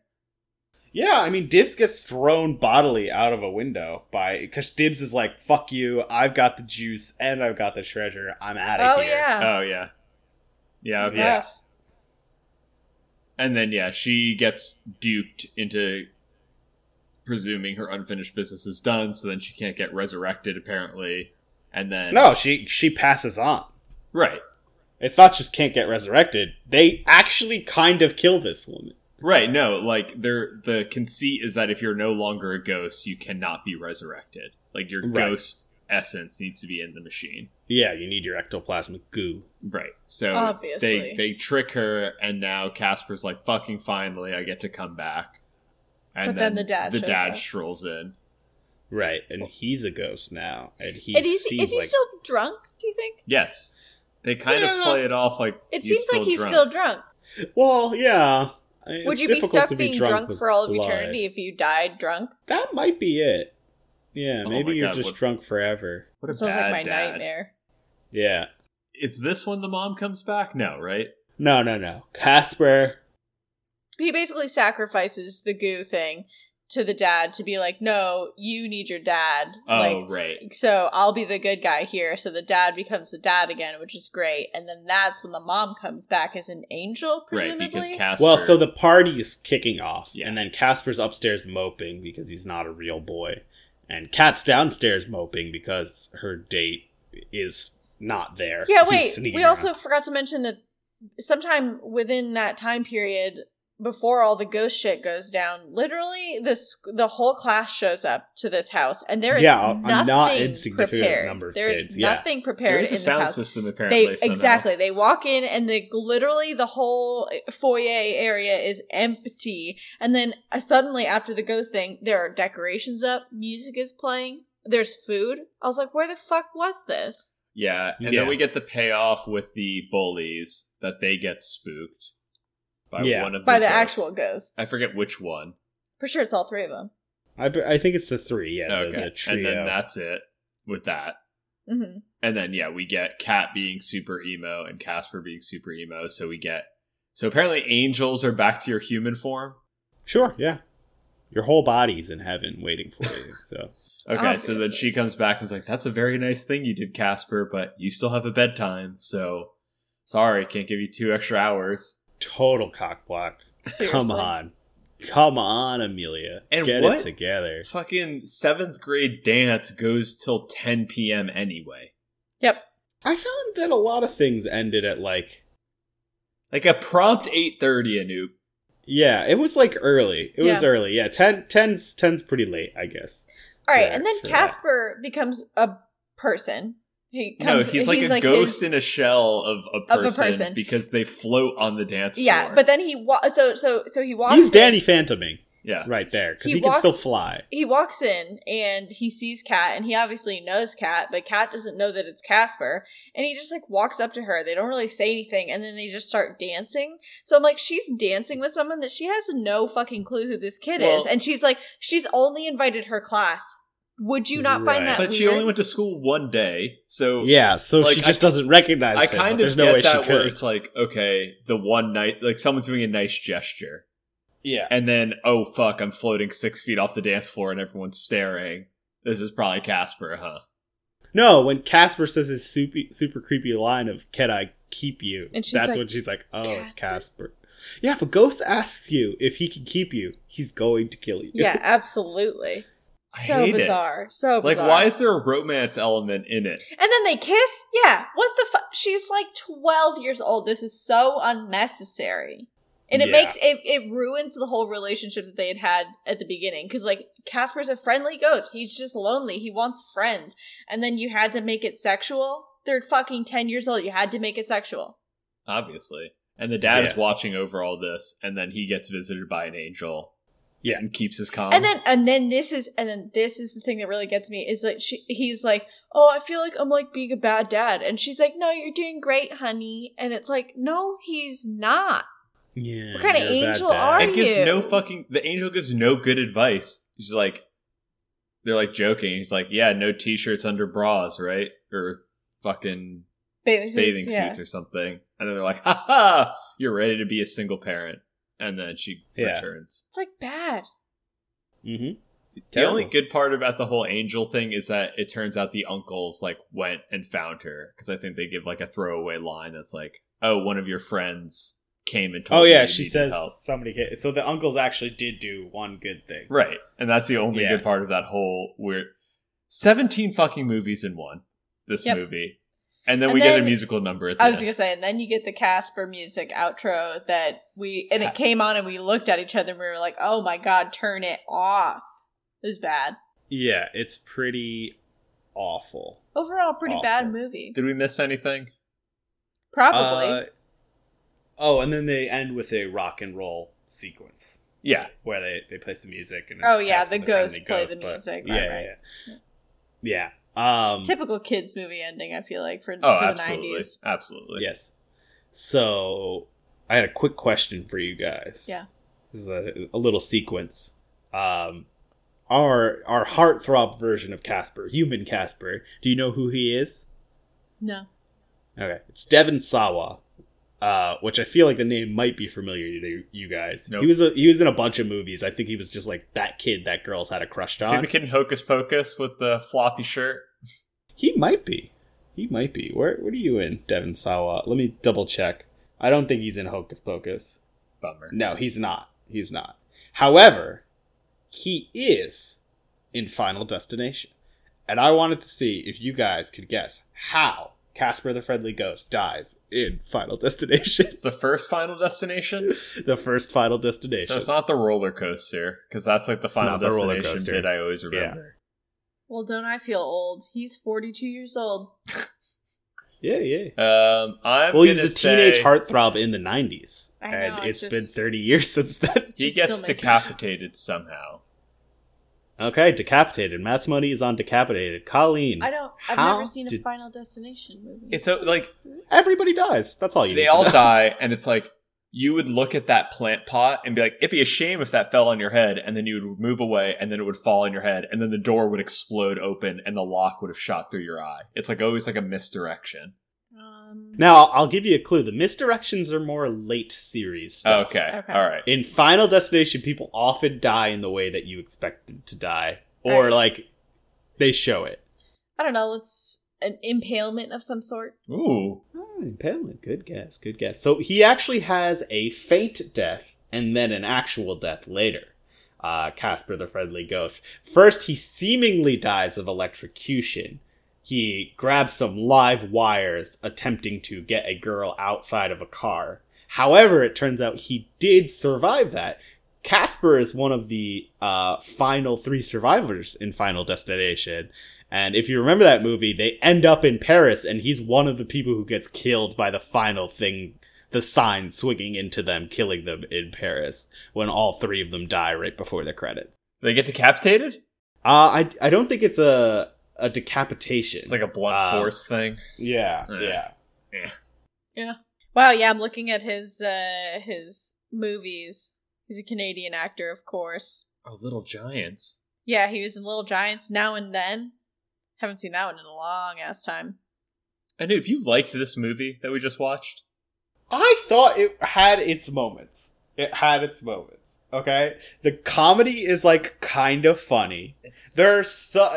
Yeah, I mean Dibs gets thrown bodily out of a window by because Dibs is like, "Fuck you! I've got the juice and I've got the treasure. I'm out of Oh here." yeah. oh yeah Oh, yeah okay. yeah. Rough. And then yeah, she gets duped into presuming her unfinished business is done, so then she can't get resurrected apparently. And then No, she she passes on. right. It's not just can't get resurrected. They actually kind of kill this woman. Right, no, like there the conceit is that if you're no longer a ghost, you cannot be resurrected. Like your Right. ghost essence needs to be in the machine. Yeah, you need your ectoplasmic goo. Right. So Obviously. they they trick her and now Casper's like fucking finally I get to come back. And But then the dad the shows dad up. strolls in. Right, and he's a ghost now, and he And he's, seems is he like still drunk, do you think? Yes. They kind Yeah. of play it off like It he's seems still like he's drunk. still drunk. well, yeah. Would It's you be difficult stuck to being drunk drunk, with for all of blood. eternity if you died drunk? That might be it. Yeah, Oh maybe my you're God, just what- drunk forever. What a Sounds bad like my dad. nightmare. Yeah. Is this when the mom comes back? No, right? No, no, no. Casper. He basically sacrifices the goo thing to the dad to be like, no, you need your dad. Oh, Like, right. so I'll be the good guy here. So the dad becomes the dad again, which is great. And then that's when the mom comes back as an angel, Right, presumably. because Casper Well, so the party is kicking off, Yeah. and then Casper's upstairs moping because he's not a real boy, and Kat's downstairs moping because her date is not there. yeah, He's wait. sneaking We around. also forgot to mention that sometime within that time period, before all the ghost shit goes down, literally the sc- the whole class shows up to this house, and there is Yeah, a yeah, not nothing insignificant prepared. number of there is kids, yeah. nothing there prepared is in a this sound house. system apparently. They somehow. exactly. They walk in, and the literally the whole foyer area is empty. And then uh, suddenly, after the ghost thing, there are decorations up, music is playing, there's food. I was like, where the fuck was this? Yeah, and Yeah. then we get the payoff with the bullies that they get spooked by Yeah. one of By the the ghosts. actual ghosts. I forget which one. For sure, it's all three of them. I, be- I think it's the three. Yeah, the- okay, the, trio. and then that's it with that. hmm And then yeah, we get Cat being super emo and Casper being super emo. So we get so apparently angels are back to your human form. Sure. Yeah. Your whole body's in heaven waiting for you. So Okay, so then Obviously. she comes back and is like, "That's a very nice thing you did, Casper, but you still have a bedtime, so sorry, can't give you two extra hours." total cock block. Come Seriously. on. Come on, Amelia. And Get what- it together. Fucking seventh grade dance goes till 10 p.m. anyway. Yep. I found that a lot of things ended at like Like a prompt 8:30 Anoop. yeah, it was like early. It was Yeah. early. Yeah, 10 10's 10's pretty late, I guess. All right, Yeah, and then for that. Casper becomes a person. He No, comes, he's like a his- ghost in a shell of a Of a person, person. because they float on the dance floor. yeah, but then he wa- so so so he walks. He's in- Danny Phantoming yeah. right there cuz He he, can still walks- fly. He walks in and he sees Kat, and he obviously knows Kat, but Kat doesn't know that it's Casper. And he just like walks up to her. They don't really say anything, and then they just start dancing. So I'm like, she's dancing with someone that she has no fucking clue who this kid is, Well- and she's like, she's only invited her class. Would you not Right. find that? But she weird? only went to school one day, so Yeah, so Oh. Like, she I- just doesn't recognize I him, kind but of there's no get way that she where could. it's like, okay, the one night, like someone's doing a nice gesture, Yeah. and then oh fuck, I'm floating six feet off the dance floor and everyone's staring. This is probably Casper, huh? No, when Casper says his super, super creepy line of "Can I keep you?" And she's that's like, when she's like, "Oh, it's "Casper." Casper." Yeah, if a ghost asks you if he can keep you, he's going to kill you. Yeah, absolutely. I So hate it. bizarre. So Like, bizarre. why is there a romance element in it? And then they kiss? Yeah. What the fuck? She's like 12 years old. This is so unnecessary. And it Yeah. makes it it ruins the whole relationship that they had had at the beginning cuz like Casper's a friendly ghost. He's just lonely. He wants friends. And then you had to make it sexual. They're fucking 10 years old. You had to make it sexual. obviously. And the dad is Yeah. watching over all this, and then he gets visited by an angel. Yeah. and keeps his calm. and then and then this is and then this is the thing that really gets me is that she he's like oh i feel like i'm like being a bad dad and she's like no you're doing great honey and it's like no he's not Yeah. What kind of you're a bad angel dad. are it gives you? no fucking. The angel gives no good advice. He's like, they're like joking. He's like, yeah, no t-shirts under bras, right? Or fucking bathing, bathing yeah. suits or something. And then they're like, ha ha, you're ready to be a single parent. And then she Yeah. returns. it's like bad Mhm. Mm-hmm. The Terrible. only good part about the whole angel thing is that it turns out the uncles like went and found her because I think they give like a throwaway line that's like, "Oh, one of your friends came and told." Oh me yeah, you she needed says help." somebody. Can- so the uncles actually did do one good thing. right," and that's the only Yeah. good part of that whole weird seventeen fucking movies in one. This Yep. movie, And then And we get then- a musical number at the I was end. gonna say, and then you get the Casper music outro that we and it came on, and we looked at each other, and we were like, "Oh my god, turn it off!" It was bad. Yeah, it's pretty awful. Overall, pretty Awful. bad movie. Did we miss anything? Probably. Uh, Oh, and then they end with a rock and roll sequence Yeah. where they, they play some music and Oh, it's yeah, cast the with a friendly ghosts play the but- music, Yeah, right, yeah, right. yeah. Yeah. Um, Typical kids movie ending. I feel like for, Oh, for the absolutely. nineties. Absolutely. Yes. So I had a quick question for you guys. Yeah. This is a, a little sequence. Um, our our heartthrob version of Casper, human Casper. Do you know who he is? No. Okay, it's Devin Sawa, uh, which I feel like the name might be familiar to you guys. Nope. He was a, he was in a bunch of movies. I think he was just like that kid that girls had a crush See on. the kid in Hocus Pocus with the floppy shirt? He might be. He might be. Where what are you in, Devin Sawa? Let me double check. I don't think he's in Hocus Pocus. Bummer. No, he's not. He's not. However, he is in Final Destination. And I wanted to see if you guys could guess how Casper the Friendly Ghost dies in Final Destination. It's the first Final Destination, the first Final Destination. so it's not the roller coaster because that's like the Final Not the roller Destination coaster. bit I always remember. Well, don't I feel old? He's forty-two years old. yeah, yeah. Um, I'm Well, he gonna was a say teenage heartthrob in the 90s. I know, and I it's just- been 30 years since then. He Just still gets makes me- decapitated somehow. Okay, Decapitated. Matt's money is on Decapitated. Colleen. I don't. I've How never seen a did- Final Destination movie. It's a, like Everybody dies. That's all you need they to all know. die, and it's like you would look at that plant pot and be like, "It'd be a shame if that fell on your head," and then you would move away, and then it would fall on your head, and then the door would explode open, and the lock would have shot through your eye. It's like always like a misdirection. um, Now, I'll- I'll give you a clue. The misdirections are more late series stuff. Okay, Okay. all right. In Final Destination, people often die in the way that you expect them to die, or Right. like they show it. I don't know. Let's an impalement of some sort. Ooh, Oh, impalement. Good guess. Good guess. So he actually has a faint death and then an actual death later. Uh, Casper the Friendly Ghost. First, he seemingly dies of electrocution. He grabs some live wires attempting to get a girl outside of a car. However, it turns out he did survive that. Casper is one of the uh, final three survivors in Final Destination. And if you remember that movie, they end up in Paris, and he's one of the people who gets killed by the final thing, the sign swinging into them, killing them in Paris, when all three of them die right before the credits. they get decapitated. Uh, I, I don't think it's a, a decapitation. It's like a blunt Uh, Um, force thing. yeah, Eh. yeah. Wow. Yeah, I'm looking at his uh his movies. He's a Canadian actor, of course. Oh, little giants. Yeah, he was in Little Giants. Now and then. Haven't seen that one in a long ass time. Anoop, you liked this movie that we just watched? I thought it had its moments. It had its moments. Okay? The comedy is like kind of funny. There are so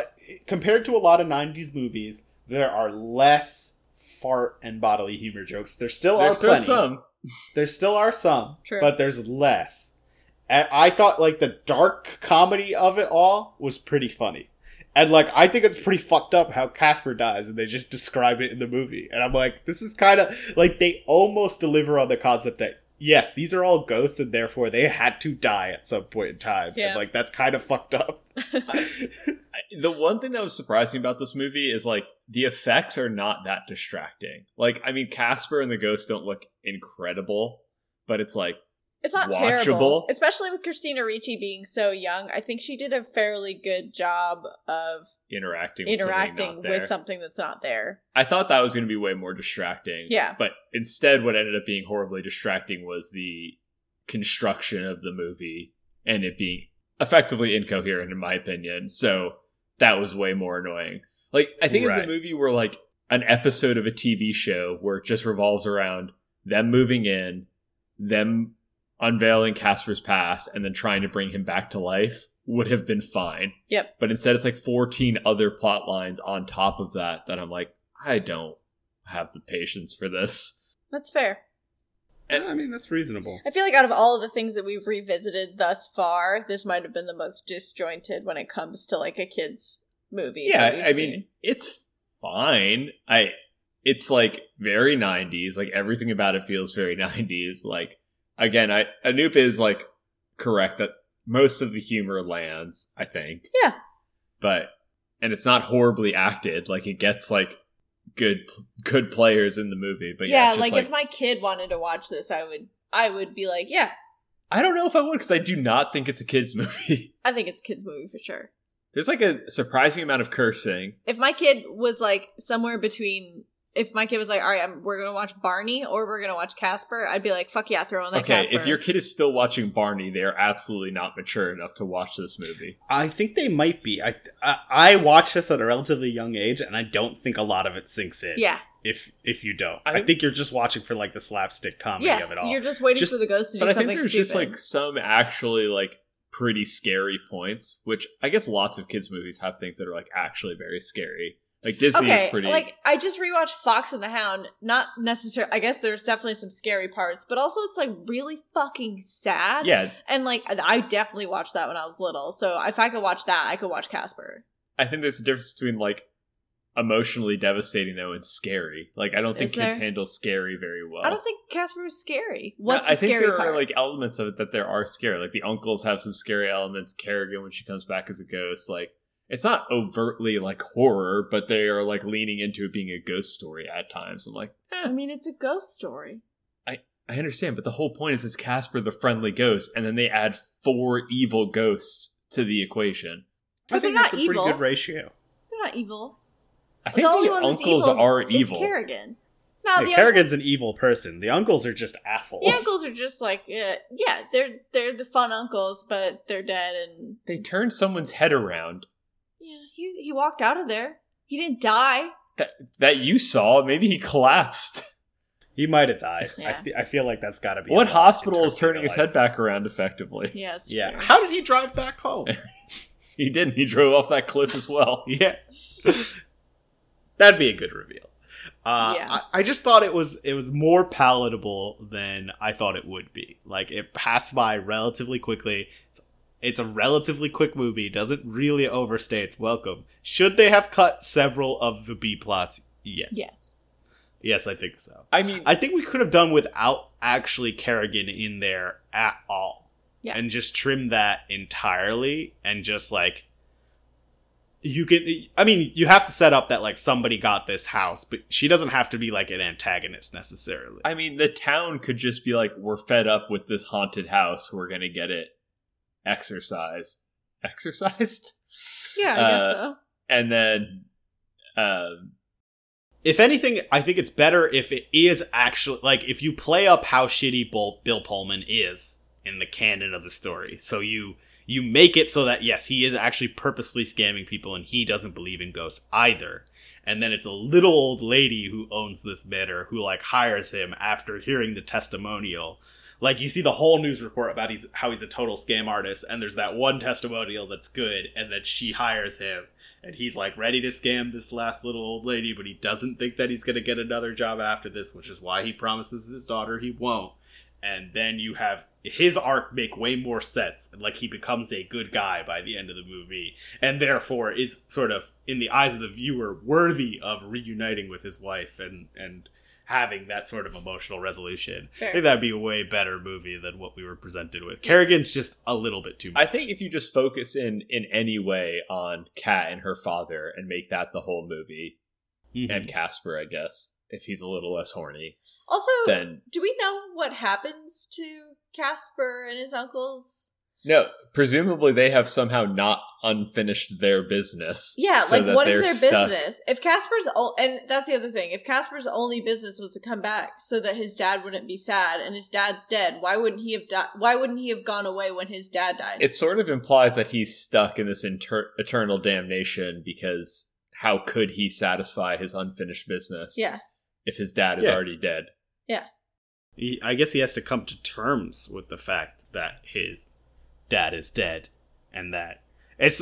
compared to a lot of 90s movies, there are less fart and bodily humor jokes. There still There's are still plenty. some. There still are some, True. but there's less. And I thought like the dark comedy of it all was pretty funny. And like I think it's pretty fucked up how Casper dies and they just describe it in the movie. And I'm like, this is kind of like they almost deliver on the concept that yes, these are all ghosts and therefore they had to die at some point in time. Yeah. And like that's kind of fucked up. I- The one thing that was surprising about this movie is like the effects are not that distracting. Like, I mean, Casper and the ghost don't look incredible, but it's like It's not watchable. terrible, especially with Christina Ricci being so young. I think she did a fairly good job of interacting with interacting something not there. with something that's not there. I thought that was going to be way more distracting. Yeah. But instead, what ended up being horribly distracting was the construction of the movie and it being effectively incoherent, in my opinion. So that was way more annoying. Like, I think of Right. the movie where, like, an episode of a TV show where it just revolves around them moving in, them unveiling Casper's past, and then trying to bring him back to life would have been fine Yep. but instead it's like 14 other plot lines on top of that that i'm like i don't have the patience for this That's fair. And- Eh, I mean, that's reasonable. I feel like out of all of the things that we've revisited thus far, this might have been the most disjointed when it comes to like a kids movie. yeah that we've i mean seen. it's fine i it's like very 90s like everything about it feels very 90s like again i anoop is like correct that most of the humor lands i think Yeah. but and it's not horribly acted like it gets like good good players in the movie but yeah, yeah, it's just, like, if my kid wanted to watch this, I would I would be like, yeah, i don't know if i would because i do not think it's a kids movie I think it's a kids movie for sure. there's like a surprising amount of cursing If my kid was like somewhere between if my kid was like, all right, I'm, we're gonna watch Barney or we're gonna watch Casper, I'd be like, fuck yeah, throw on that okay Casper. if your kid is still watching barney they are absolutely not mature enough to watch this movie I think they might be. I, I I watched this at a relatively young age, and I don't think a lot of it sinks in. yeah, If if you don't, I I, think- think you're just watching for like the slapstick comedy yeah, of it all. you're just waiting Just- for the ghost to do but I think something there's stupid. just like some actually like pretty scary points, which I guess lots of kids' movies have things that are like actually very scary. Like Disney okay, is pretty. like I just rewatched Fox and the Hound. Not necessarily. I guess there's definitely some scary parts, but also it's like really fucking sad. yeah, and like I definitely watched that when I was little. So if I could watch that, I could watch Casper. I think there's a difference between like emotionally devastating though and scary. Like I don't think Is kids there? handle scary very well. I don't think Casper was scary. What's I the think scary there part? are like elements of it that there are scary. Like the uncles have some scary elements. Kerrigan when she comes back as a ghost, like it's not overtly like horror, but they are like leaning into it being a ghost story at times. I'm like, "Eh, I mean, it's a ghost story. I understand, but the whole point is it's Casper the friendly ghost, and then they add four evil ghosts to the equation. But I think they're that's not a pretty evil. good ratio. They're not evil. I think the, only one that's uncles evil is- are It's evil. Kerrigan. No, Yeah, the, Kerrigan's an evil person. The uncles are just assholes. uncles, the uncles are just like uh, yeah, they're they're the fun uncles, but they're dead and They turned someone's head around yeah, he he walked out of there. He didn't die. that you saw. Maybe he collapsed. He might have died. Yeah. I, fe- I feel like that's got to be. what a lot hospital in terms is of turning their his life. head back around effectively? Yeah, it's Yeah. true. How did he drive back home? He didn't. He drove off that cliff as well. yeah, that'd be a good reveal. Uh, Yeah. I, I just thought it was it was more palatable than I thought it would be. Like it passed by relatively quickly. It's, it's a relatively quick movie. Doesn't really overstay its welcome. Should they have cut several of the B plots? Yes. Yes. Yes, I think so. I mean, I think we could have done without actually Kerrigan in there at all. Yeah. And just trim that entirely and just like you can I mean, you have to set up that like somebody got this house, but she doesn't have to be like an antagonist necessarily. I mean, the town could just be like, "We're fed up with this haunted house. We're gonna get it exercised." Exercised? Yeah, I Uh, guess so. and then um if anything, I think it's better if it is actually like if you play up how shitty Bill, Bill Pullman is in the canon of the story. So you you make it so that yes, he is actually purposely scamming people and he doesn't believe in ghosts either. And then it's a little old lady who owns this matter who like hires him after hearing the testimonial. Like you see the whole news report about he's how he's a total scam artist and there's that one testimonial that's good and then she hires him and he's like ready to scam this last little old lady, but he doesn't think that he's going to get another job after this, which is why he promises his daughter he won't. And then you have his arc make way more sense, and like he becomes a good guy by the end of the movie, and therefore is sort of in the eyes of the viewer worthy of reuniting with his wife and and having that sort of emotional resolution. I Fair. think that'd be a way better movie than what we were presented with. Kerrigan's just a little bit too much. i think if you just focus in in any way on kat and her father and make that the whole movie Mhm. and casper i guess if he's a little less horny Also, then do we know what happens to Casper and his uncles? no presumably they have somehow not unfinished their business Yeah, so like that what is they're their stuck- business? If Casper's o- and that's the other thing. If Casper's only business was to come back so that his dad wouldn't be sad and his dad's dead, why wouldn't he have died? Why wouldn't he have gone away when his dad died? it sort of implies that he's stuck in this inter- eternal damnation because how could he satisfy his unfinished business yeah, if his dad is Yeah. already dead he, I guess he has to come to terms with the fact that his dad is dead, and that it's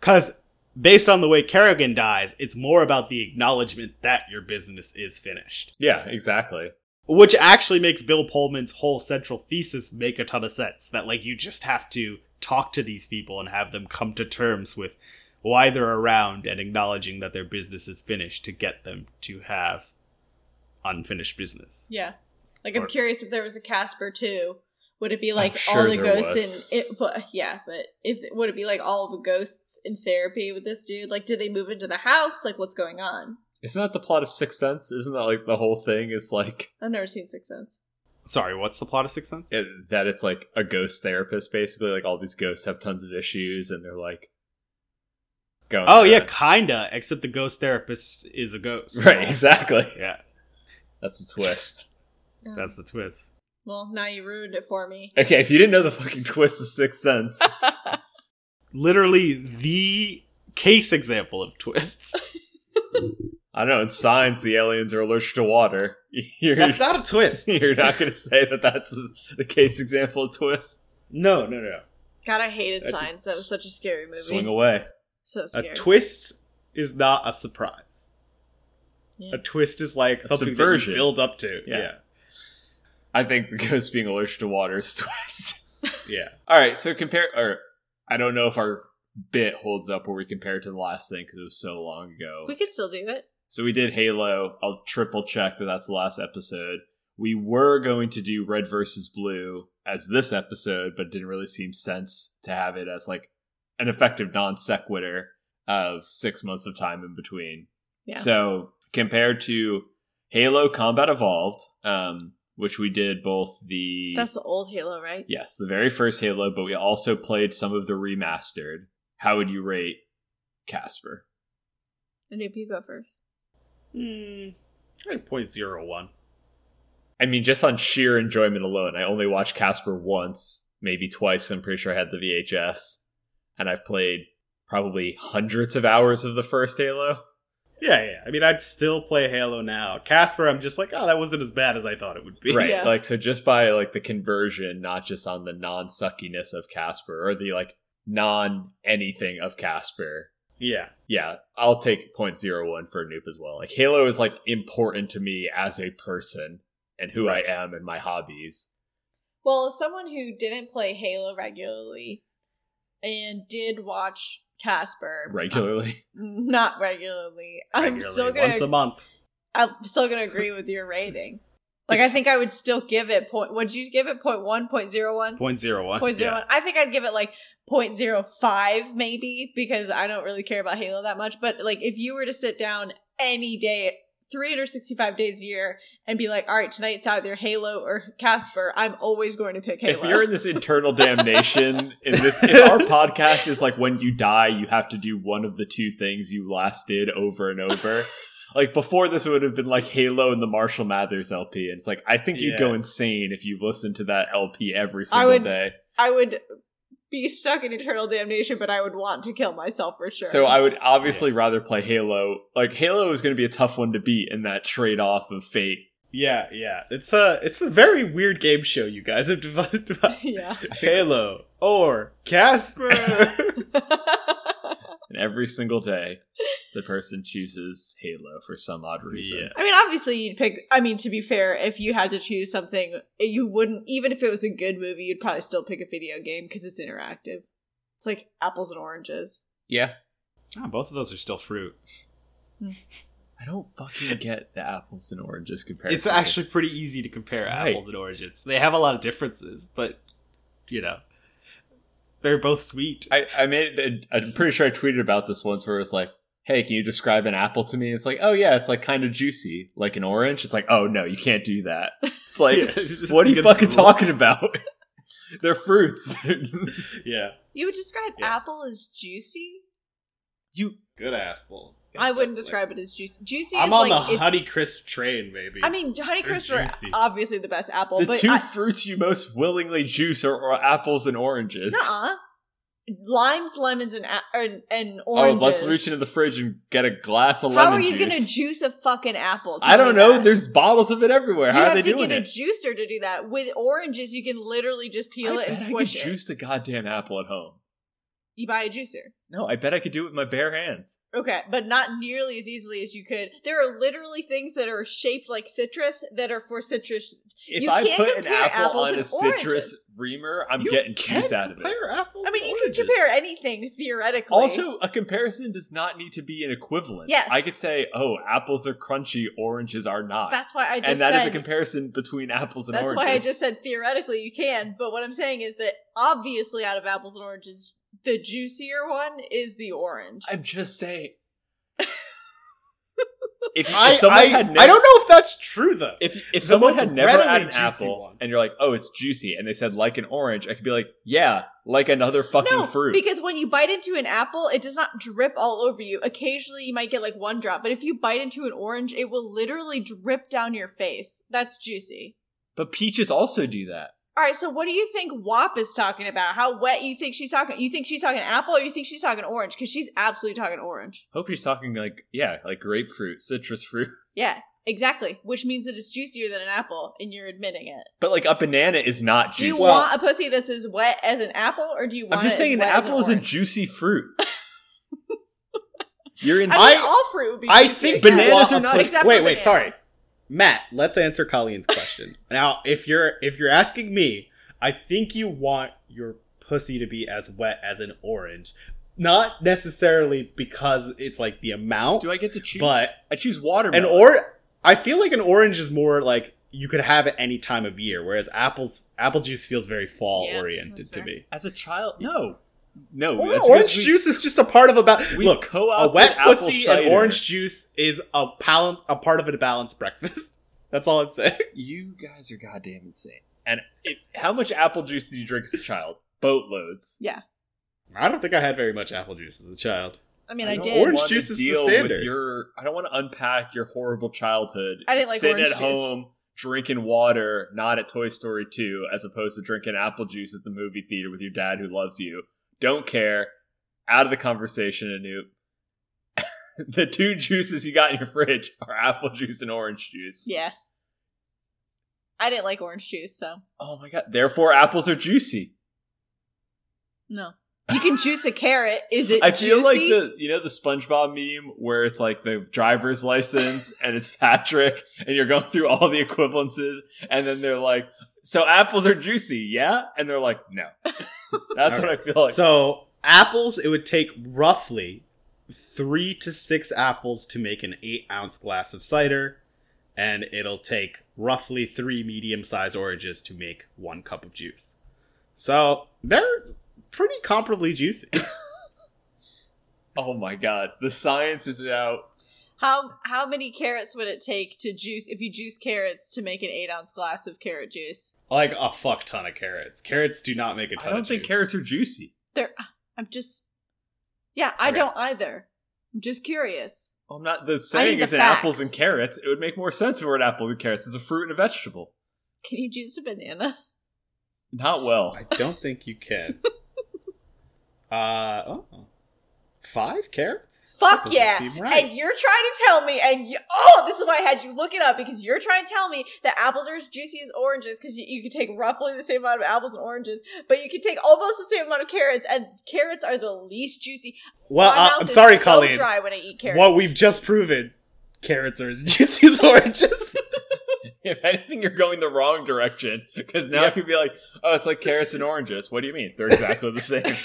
because based on the way Kerrigan dies, it's more about the acknowledgement that your business is finished, yeah exactly which actually makes Bill Pullman's whole central thesis make a ton of sense. That like you just have to talk to these people and have them come to terms with why they're around and acknowledging that their business is finished to get them to have unfinished business. Yeah. Like I'm Or- curious if there was a Casper too. Would it be like sure all the there ghosts was. in it but yeah, but if would it be like all the ghosts in therapy with this dude? Like did they move into the house? Like what's going on? Isn't that the plot of Sixth Sense? Isn't that like the whole thing is like I've never seen Sixth Sense. Sorry, what's the plot of Sixth Sense? it, that it's like a ghost therapist basically like all these ghosts have tons of issues and they're like going Oh to- yeah, kinda. Except the ghost therapist is a ghost. right exactly Yeah, that's the twist No. that's the twist. well, now you ruined it for me. okay if you didn't know the fucking twist of Sixth Sense Literally the case example of twists. I don't know in Signs the aliens are allergic to water you're That's not a twist. you're not gonna say that that's the, the case example of twist No, no, no. God, I hated That's a- Signs. That was such a scary movie. swing away So A scary. twist is not a surprise. Yeah. A twist is like A something that subversion. you build up to. Yeah. I think the ghost being allergic to water is a twist yeah. yeah. All right, so compare, or I don't know if our bit holds up where we compare it to the last thing because it was so long ago. we could still do it. so we did Halo. I'll triple check that that's the last episode. We were going to do Red versus Blue as this episode, but it didn't really seem sense to have it as like an effective non sequitur of six months of time in between. Yeah. So compared to Halo Combat Evolved, um, which we did both the That's the old Halo, right? Yes, the very first Halo, but we also played some of the remastered. How would you rate Casper? And if you go first. Mm, like 0.01. I mean, just on sheer enjoyment alone, I only watched Casper once, maybe twice. I'm pretty sure I had the VHS, and I've played probably hundreds of hours of the first Halo. Yeah, yeah. I mean, I'd still play Halo now. Casper, I'm just like, oh, that wasn't as bad as I thought it would be. Right, Yeah. like so, just by like the conversion, not just on the non suckiness of Casper or the like non anything of Casper, Yeah. yeah, I'll take 0.01 for Noop as well. Like Halo is like important to me as a person and who Right. I am and my hobbies. Well, as someone who didn't play Halo regularly and did watch Casper Regularly, not regularly, I'm Regularly, still once a gonna month. I'm still gonna agree with your rating. Like I think I would still give it point. Would you give it point one, point zero one, Point zero one. point zero Yeah. one? I think I'd give it like point zero five maybe because I don't really care about Halo that much. But like if you were to sit down any day. 365 days a year and be like all right tonight's either halo or casper i'm always going to pick halo if you're in this internal damnation, in this, if our podcast is like when you die, you have to do one of the two things you last did over and over. like before this would have been like Halo and the Marshall Mathers LP. And it's like, I think you'd go Yeah. insane if you listened to that LP every I single would- day. I would be stuck in eternal damnation, but I would want to kill myself for sure. So I would obviously rather play Halo. Like Halo is going to be a tough one to beat in that trade off of fate. Yeah, yeah. It's a it's a very weird game show you guys have developed. yeah. Halo or Casper. I And every single day, the person chooses Halo for some odd reason. Yeah. mean, obviously, you'd pick. I mean, to be fair, if you had to choose something, you wouldn't. Even if it was a good movie, you'd probably still pick a video game because it's interactive. It's like apples and oranges. Yeah. Ah, both of those are still fruit. I don't fucking get the apples and oranges comparison. It's actually pretty easy to compare Right. apples and oranges. They have a lot of differences, but you know, they're both sweet. I, I made. it- I'm pretty sure I tweeted about this once, where it was like, "Hey, can you describe an apple to me?" It's like, "Oh yeah, it's like kind of juicy, like an orange." It's like, "Oh no, you can't do that." It's like, Yeah, it's just what are you against the fucking rules. talking about? They're fruits. yeah. You would describe Yeah. apple as juicy. you Good ass bull. I wouldn't describe it as juicy. Juicy. I'm is on like, the it's- Honey Crisp train, baby. I mean, Honeycrisp are juicy. obviously the best apple, the but two I- fruits you most willingly juice are, are apples and oranges. Nuh-uh. Limes, lemons, and a- and, and Oh, oranges. let's reach into the fridge and get a glass of How lemon are you juice. going to juice a fucking apple? Tell I don't me know. that. There's bottles of it everywhere. you How have are they to doing get a it? juicer to do that. With oranges, you can literally just peel I it and bet I squish could it. juice a goddamn apple at home. You buy a juicer. No, I bet I could do it with my bare hands. Okay, but not nearly as easily as you could. There are literally things that are shaped like citrus that are for citrus. If You I can't put an compare apple apples on and a citrus oranges. reamer, I'm You getting can juice out of it. compare apples I mean, to you could oranges. compare anything theoretically. Also, a comparison does not need to be an equivalent. Yes. I could say, oh, apples are crunchy, oranges are not. that's why I just and that is said, a comparison between apples and That's oranges. why I just said theoretically you can. But what I'm saying is that obviously, out of apples and oranges, the juicier one is the orange. I'm just saying. if, I, if someone I, had never, I don't know if that's true though. If if The someone most had never had readily an juicy apple one. and you're like, oh, it's juicy, and they said like an orange, I could be like, yeah, like another fucking no, fruit. because when you bite into an apple, it does not drip all over you. Occasionally, you might get like one drop, but if you bite into an orange, it will literally drip down your face. That's juicy. but peaches also do that. All right, so what do you think WAP is talking about? How wet you think she's talking? You think she's talking apple, or you think she's talking orange? Because she's absolutely talking orange. Hope you're talking like yeah, like grapefruit, citrus fruit. Yeah, exactly. Which means that it's juicier than an apple, and you're admitting it. But like a banana is not Do you juicy. Well- want a pussy that's as wet as an apple, or do you want? I'm just it saying as an wet as apple is a orange? juicy fruit. you're in. I mean, I- all fruit would be. I juicier, think yeah. bananas Well, are not- okay, Except for Wait, wait, bananas. sorry. Matt, let's answer Colleen's question. now, if you're if you're asking me, I think you want your pussy to be as wet as an orange. Not necessarily because it's like the amount, do I get to choose? but I choose an watermelon. or I feel like an orange is more like you could have it any time of year, whereas apples apple juice feels very fall Yeah, oriented that's to fair. me. as a child, no, no. Or- that's orange because we- juice is just a part of about We look a co-opted wet apple pussy cider. and orange juice is a pal- a part of a balanced breakfast. That's all I'm saying. You guys are goddamn insane. And it, how much apple juice did you drink as a child? Boatloads. I don't think I had very much apple juice as a child. I mean, I, don't did. Orange wanna juice is the deal with standard. your, I don't want to unpack your horrible childhood. I didn't like sitting orange at juice. home drinking water, not at Toy Story 2, as opposed to drinking apple juice at the movie theater with your dad who loves you. Don't care. Out of the conversation, Anoop. the two juices you got in your fridge are apple juice and orange juice. Yeah, I didn't like orange juice, so Oh my god. Therefore, apples are juicy. no. You can juice a carrot. Is it? I feel like juicy? the you know the SpongeBob meme where it's like the driver's license and it's Patrick and you're going through all the equivalences and then they're like, so apples are juicy, yeah? And they're like, no. That's what I feel Oh, like. so apples, it would take roughly three to six apples to make an eight ounce glass of cider, and it'll take roughly three medium sized oranges to make one cup of juice. So they're pretty comparably juicy. oh my god, the science is out. how how many carrots would it take to juice if you juice carrots to make an eight ounce glass of carrot juice? like a fuck ton of carrots. Carrots do not make a ton I don't of think juice. carrots are juicy. There, I'm just. Yeah, I Okay. don't either. I'm just curious. Well, I'm not the saying the is in facts. apples and carrots. It would make more sense if it were an apple and carrots. It's a fruit and a vegetable. Can you juice a banana? Not well. I don't think you can. uh oh. Five carrots? That Fuck doesn't yeah! seem right. And you're trying to tell me, and you, oh, this is why I had you look it up because you're trying to tell me that apples are as juicy as oranges because you, you could take roughly the same amount of apples and oranges, but you could take almost the same amount of carrots, and carrots are the least juicy. well, My uh, mouth I'm is sorry, so Colleen. Dry when I eat carrots. What we've just proven, carrots are as juicy as oranges. if anything, you're going the wrong direction because now Yeah. you'd be like, oh, it's like carrots and oranges. What do you mean? They're exactly the same.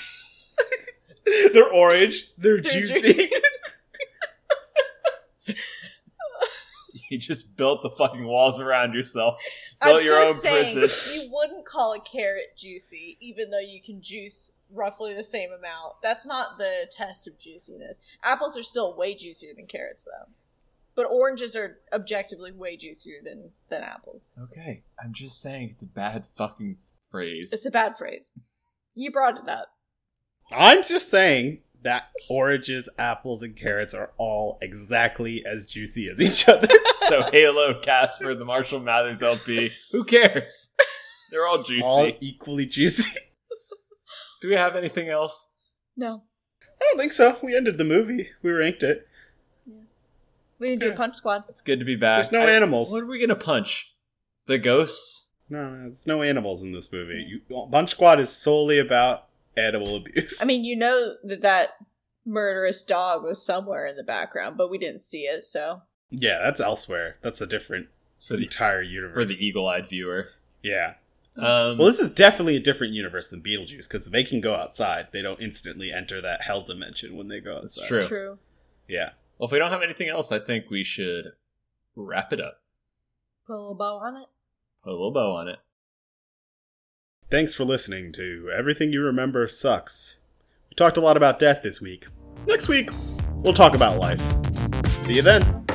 they're orange, they're, They're juicy. You just built the fucking walls around yourself. I'm Built your just own saying, prison. You wouldn't call a carrot juicy, even though you can juice roughly the same amount. That's not the test of juiciness. Apples are still way juicier than carrots, though. But oranges are objectively way juicier than than apples. Okay, I'm just saying it's a bad fucking phrase. It's a bad phrase. You brought it up. I'm just saying that oranges, apples, and carrots are all exactly as juicy as each other. so Halo, Casper, the Marshall Mathers LP. Who cares? They're all juicy. all equally juicy. Do we have anything else? No, I don't think so. We ended the movie. We ranked it. we didn't do a punch squad. It's good to be back. There's no Uh, I- animals. What are we gonna punch? The ghosts? No, no, there's no animals in this movie. You, Bunch Squad is solely about animal abuse. I mean, you know that that murderous dog was somewhere in the background, but we didn't see it, so. yeah, that's elsewhere. That's a different It's for the entire universe. for the e- eagle-eyed viewer. yeah. Um, Well, this is definitely a different universe than Beetlejuice because they can go outside. They don't instantly enter that hell dimension when they go outside. That's true. True. Yeah. well, if we don't have anything else, I think we should wrap it up. Put a little bow on it. Put a little bow on it. Thanks for listening to Everything You Remember Sucks. We talked a lot about death this week. Next week, we'll talk about life. See you then.